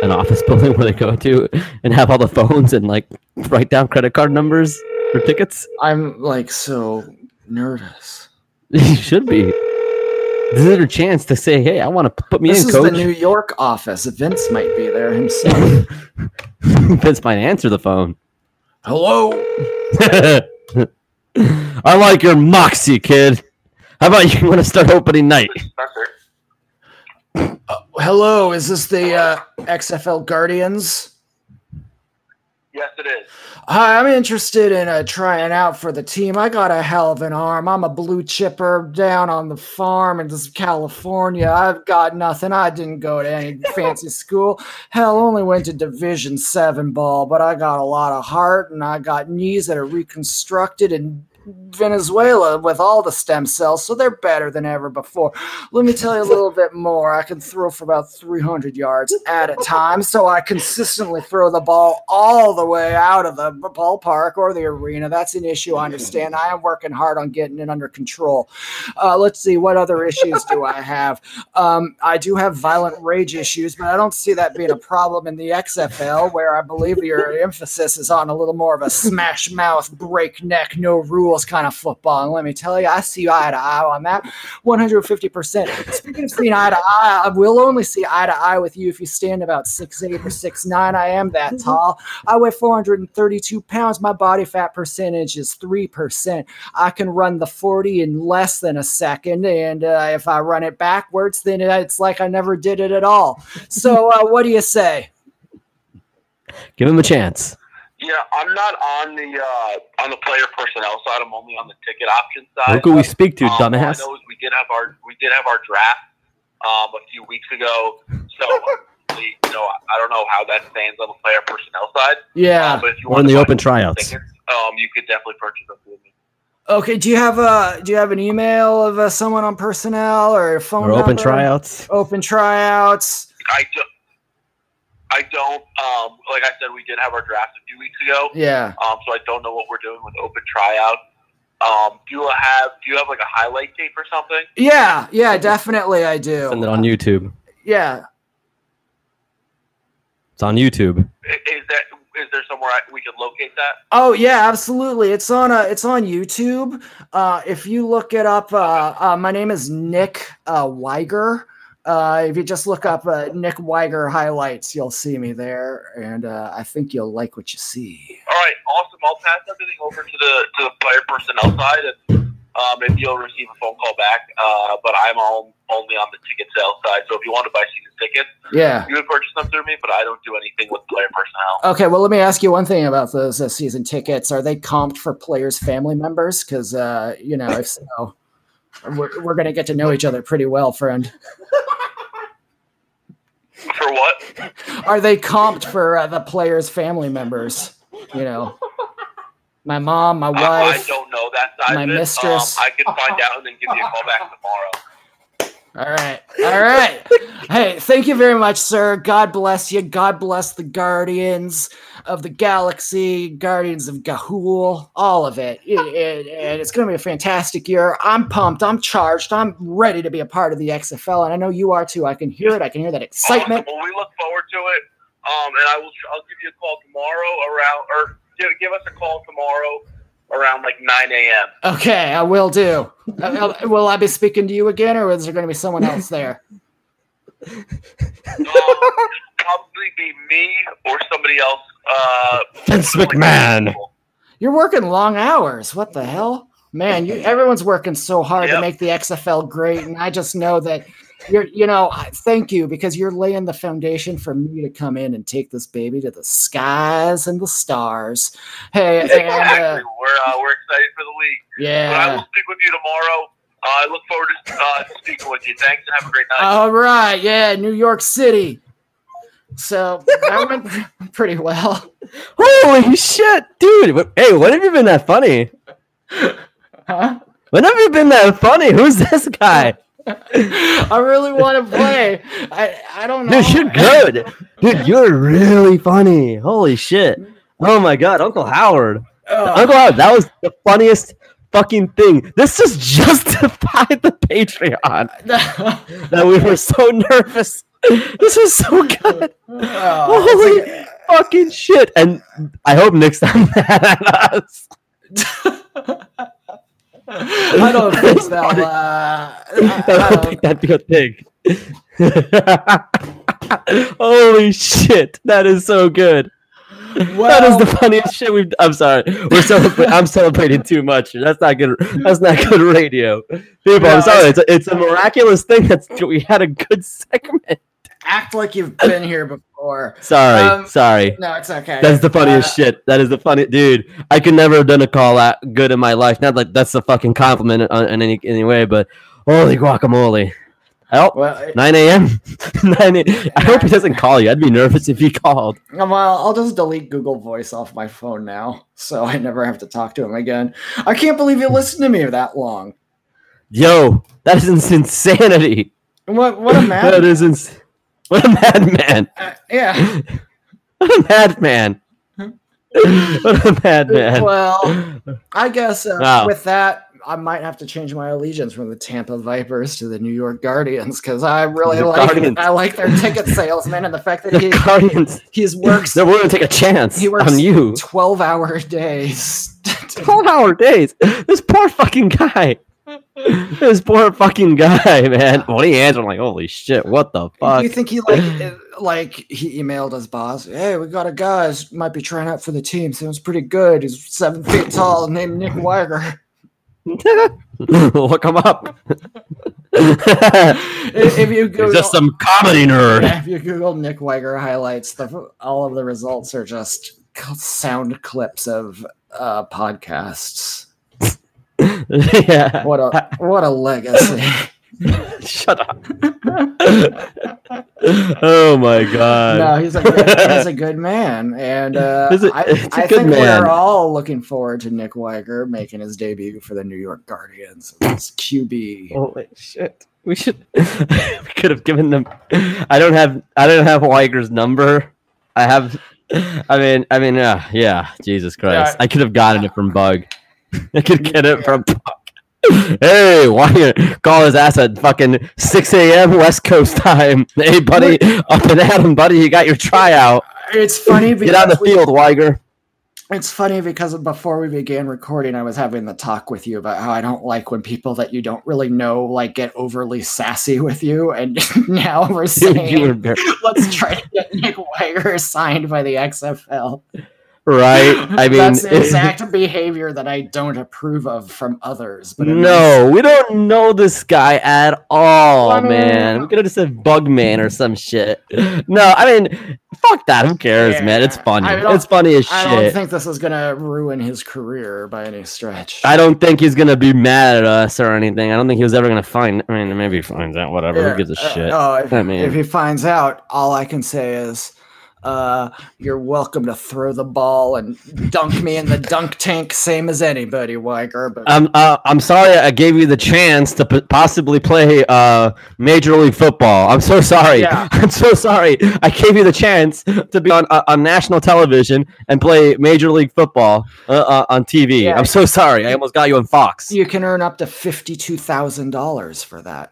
C: an office building where they go to and have all the phones and like write down credit card numbers for tickets?
B: I'm like so nervous
C: you should be. This is your chance to say, "Hey, I want to put me
B: this
C: in,
B: is
C: coach."
B: the New York office Vince might be there himself
C: Vince might answer the phone.
B: hello
C: I like your moxie, kid. How about you want to start opening night?
B: Hello, is this the uh, XFL Guardians?
E: Yes, it is.
B: Hi, I'm interested in uh, trying out for the team. I got a hell of an arm. I'm a blue chipper down on the farm in this California. I've got nothing. I didn't go to any fancy school. Hell, only went to Division Seven ball, but I got a lot of heart and I got knees that are reconstructed in Venezuela with all the stem cells, so they're better than ever before. Let me tell you a little bit more. I can throw for about 300 yards at a time, so I consistently throw the ball all the way out of the b- ballpark or the arena. That's an issue. I understand. I am working hard on getting it under control. Uh, let's see what other issues do I have. Um, I do have violent rage issues, but I don't see that being a problem in the XFL, where I believe your emphasis is on a little more of a smash mouth, breakneck, no rules kind of football. And let me tell you, I see eye to eye on that. 150%. Speaking of seeing eye to eye, I will only see eye to eye with you if you stand about 6'8 or 6'9. I am that tall. I weigh 432 pounds. My body fat percentage is 3%. I can run the 40 in less than a second. And uh, if I run it backwards, then it's like I never did it at all. So, uh, what do you say?
C: Give him a chance.
E: Yeah, I'm not on the uh, on the player personnel side. I'm only on the ticket option side.
C: Look who we speak to,
E: Um, all I
C: dumbass.
E: know is we did have our we did have our draft um, a few weeks ago. So obviously, you know, I don't know how that stands on the player personnel side. Um,
B: Yeah.
E: but if you
C: We're
E: want
C: in
E: to
C: Ah, the
E: buy
C: open tryouts.
E: tickets, um, you could definitely purchase them through me.
B: Okay. Do you have a Do you have an email of uh, someone on personnel or a phone?
C: We're open
B: number?
C: tryouts.
B: Open tryouts.
E: I do I don't. Um, like I said, we did have our draft a few weeks ago.
B: Yeah.
E: Um, so I don't know what we're doing with open tryout. Um, do you have do you have like a highlight tape or something?
B: Yeah, yeah, definitely I
C: Send
B: do.
C: it on YouTube.
B: Yeah.
C: It's on YouTube.
E: I- Is that is there somewhere I, we could locate that?
B: Oh yeah, absolutely. It's on uh it's on YouTube. Uh if you look it up uh, uh my name is Nick uh Weiger. Uh if you just look up uh, Nick Weiger highlights, you'll see me there and uh I think you'll like what you see.
E: All right, awesome. I'll pass everything over to the to the player personnel side, and um, maybe you'll receive a phone call back. Uh, but I'm all, only on the ticket sales side, so if you want to buy season tickets,
B: Yeah.
E: you would purchase them through me. But I don't do anything with player personnel.
B: Okay, well, let me ask you one thing about those uh, season tickets. Are they comped for players' family members? Because, uh, you know, if so, we're, we're going to get to know each other pretty well, friend.
E: For what?
B: Are they comped for uh, the players' family members? You know, my mom, my
E: I, I
B: wife.
E: don't know that side.
B: My
E: of it.
B: mistress.
E: Um, I can find out and then give you a call back tomorrow.
B: All right. All right. hey, thank you very much, sir. God bless you. God bless the Guardians of the Galaxy, Guardians of Gahul, all of it. It- it- it- it's going to be a fantastic year. I'm pumped. I'm charged. I'm ready to be a part of the XFL. And I know you are too. I can hear it. I can hear that
E: Awesome.
B: excitement.
E: Well, we look forward to it. Um, and I will. I'll give you a call tomorrow around, or give, give us a call tomorrow around like 9 a.m.
B: Okay, I will do. Uh, uh, will I be speaking to you again, or is there going to be someone else there?
E: Um, it'll probably be me or somebody else. Uh,
C: Vince McMahon.
B: You're working long hours. What the hell, man? You everyone's working so hard to
E: Yep.
B: make the XFL great, and I just know that you're. You know, I- thank you because you're laying the foundation for me to come in and take this baby to the skies and the stars. Hey, and, uh,
E: Exactly. We're uh, we're excited for the league. But I
B: yeah.
E: will speak with you tomorrow. Uh, I look forward to uh, to speaking with you. Thanks and have a great night.
B: All right, yeah, New York City. So that went pretty well.
C: Holy shit, dude! Wh- Hey, when have you been that funny?
B: Huh?
C: When have you been that funny? Who's this guy?
B: I really want to play. I I don't know.
C: Dude, you're good. Dude, you're really funny. Holy shit. Oh my god, Uncle Howard.
B: Ugh.
C: Uncle Howard, that was the funniest fucking thing. This just justified the Patreon
B: Oh.
C: that we were so nervous. This was so good.
B: Oh,
C: Holy fucking shit. And I hope Nick's not mad at us.
B: I don't think so. Uh,
C: I don't think that'd be a thing. Holy shit, that is so good. that is
B: Well-
C: the funniest shit we've. I'm sorry, we're celebrating. I'm celebrating too much. That's not good. That's not good radio, people.
B: No,
C: I'm sorry. It's a, it's a miraculous thing that's that we had a good segment.
B: act like you've been here before.
C: Sorry,
B: Um,
C: sorry.
B: No, it's okay. Uh,
C: That's the funniest shit. That is the funny dude. I could never have done a call out good in my life. Not like that's a fucking compliment on, in any any way, but holy guacamole. Help.
B: Well,
C: 9 a.m. 9 a- I hope he doesn't call you. I'd be nervous if he called.
B: well, I'll just delete Google Voice off my phone now, so I never have to talk to him again. I can't believe you listened to me that long.
C: Yo, that is ins- insanity.
B: What? What a mad.
C: That is ins- What a madman.
B: Uh, yeah.
C: What a madman.
B: Hmm?
C: what a madman.
B: Well, I guess uh,
C: Wow.
B: with that, I might have to change my allegiance from the Tampa Vipers to the New York Guardians because I really
C: The
B: like
C: Guardians.
B: I like their ticket salesman and the fact that
C: The
B: he
C: Guardians,
B: he's works
C: they're willing to take a chance
B: He works-
C: on you.
B: twelve hour days.
C: 12 hour days. This poor fucking guy. This poor fucking guy, man. When he answered, I'm like, holy shit, what the
B: Do
C: fuck?
B: you think he like uh, like he emailed his boss? Hey, we got a guy who's might be trying out for the team. Sounds pretty good. He's seven feet tall, named Nick Weiger.
C: Look him up. He's
B: If, if you Google,
C: just some comedy nerd.
B: yeah, if you Google Nick Weiger highlights, the all of the results are just c- sound clips of uh, podcasts.
C: yeah.
B: What a what a legacy!
C: Shut up. oh my god.
B: no, he's a good, he's a good man, and uh,
C: He's a-
B: I,
C: he's a
B: I
C: good
B: think
C: man.
B: we're all looking forward to Nick Weiger making his debut for the New York Guardians. It's QB.
C: Holy shit. We should we could have given them I don't have I don't have Weiger's number. I have I mean I mean uh, yeah, Jesus Christ. I could have gotten it from Bug. I could get it from Bug. Hey, Weiger, call his ass at fucking 6 a.m. West Coast time. Hey, buddy, up and at him, buddy. You got your tryout.
B: It's funny because
C: Get on the
B: we-
C: field, Weiger.
B: it's funny because before we began recording, I was having the talk with you about how I don't like when people that you don't really know like get overly sassy with you, and now we're saying
C: you were bar-
B: let's try to get Nick Weiger signed by the XFL.
C: right. I mean,
B: that's the exact behavior that I don't approve of from others. But it makes-
C: No, we don't know this guy at all,
B: I mean-
C: man. We could have just said Bugman or some shit. No, I mean, fuck that. Who cares, man? It's
B: Yeah,
C: funny.
B: I don't-
C: It's funny as
B: I
C: shit.
B: don't think this is gonna ruin his career by any stretch.
C: I don't think he's gonna be mad at us or anything. I don't think he was ever gonna find. I mean, maybe he finds out. Whatever.
B: Yeah,
C: Who gives a
B: uh,
C: shit?
B: oh, if,
C: I mean-
B: if he finds out, all I can say is, Uh, you're welcome to throw the ball and dunk me in the dunk tank, same as anybody, Weiger. But
C: I'm uh, I'm sorry I gave you the chance to p- possibly play uh, Major League Football. I'm so sorry.
B: Yeah.
C: I'm so sorry. I gave you the chance to be on uh, on national television and play Major League Football uh, uh, on TV.
B: Yeah.
C: I'm so sorry. I almost got you on Fox.
B: you can earn up to fifty-two thousand dollars for that.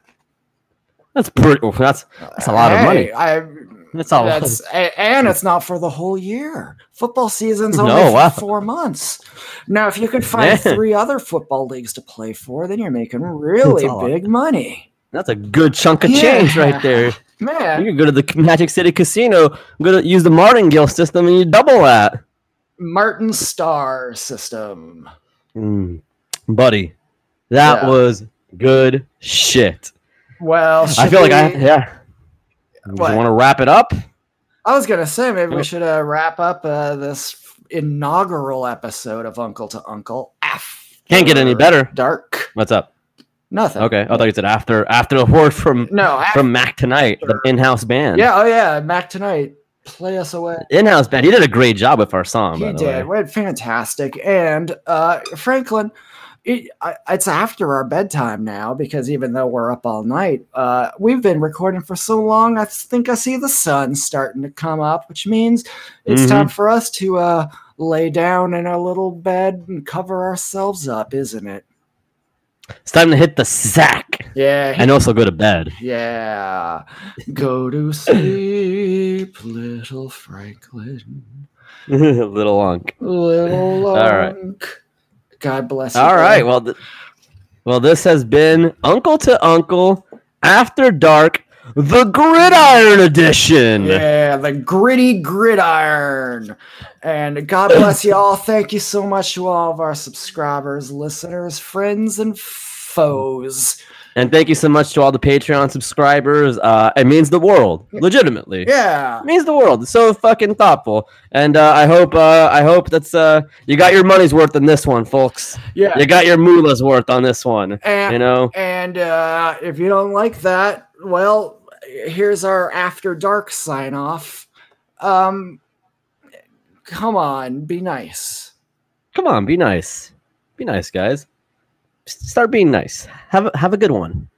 C: That's pretty. That's that's a lot of money.
B: Hey, I
C: That's a lot.
B: That's a- and it's not for the whole year. Football season's only
C: No,
B: for
C: wow.
B: four months. Now, if you can find
C: Man.
B: three other football leagues to play for, then you're making really
C: a lot.
B: big money,
C: That's a good chunk of
B: Yeah.
C: change right there. You
B: man.
C: can go to the Magic City Casino, go to use the Martingale system, and you double that,
B: Martin Starr system.
C: Mm. buddy. That
B: Yeah.
C: was good shit.
B: Well,
C: I
B: should
C: feel like I
B: we-
C: yeah.
B: What?
C: want to wrap it up?
B: I was gonna say maybe we
C: Yep.
B: should uh, wrap up uh, this inaugural episode of Uncle to Uncle. After
C: Can't get any better.
B: Dark.
C: What's up?
B: Nothing.
C: Okay, I thought you said after after the word from
B: No. af-
C: from Mac tonight, the
B: Sure.
C: in-house band.
B: yeah. Oh yeah. Mac tonight. Play us away.
C: in-house band. He did a great job with our song. by
B: He
C: the
B: did.
C: way.
B: We had fantastic. And uh, Franklin, it, I, it's after our bedtime now because even though we're up all night, uh, we've been recording for so long. I think I see the sun starting to come up, which means it's
C: Mhm.
B: time for us to uh, lay down in our little bed and cover ourselves up, isn't it?
C: It's time to hit the sack
B: Yeah. he-
C: and also go to bed.
B: yeah. Go to sleep, little Franklin.
C: Little Unk.
B: Little
C: All right.
B: Lunk. God bless you.
C: All right.
B: brother.
C: Well, th- well, this has been Uncle to Uncle After Dark, the Gridiron Edition.
B: Yeah, the gritty gridiron. And God bless you all. Thank you so much to all of our subscribers, listeners, friends, and foes.
C: And thank you so much to all the Patreon subscribers. Uh, it means the world, legitimately.
B: Yeah.
C: It means the world. It's so fucking thoughtful. And uh, I hope, uh, I hope that's uh, you got your money's worth in this one, folks.
B: Yeah.
C: You got your moolah's worth on this one.
B: And,
C: You know.
B: and uh, if you don't like that, well, here's our after dark sign off. Um, come on, be nice.
C: Come on, be nice. Be nice, guys. S- Start being nice. Have a, have a good one.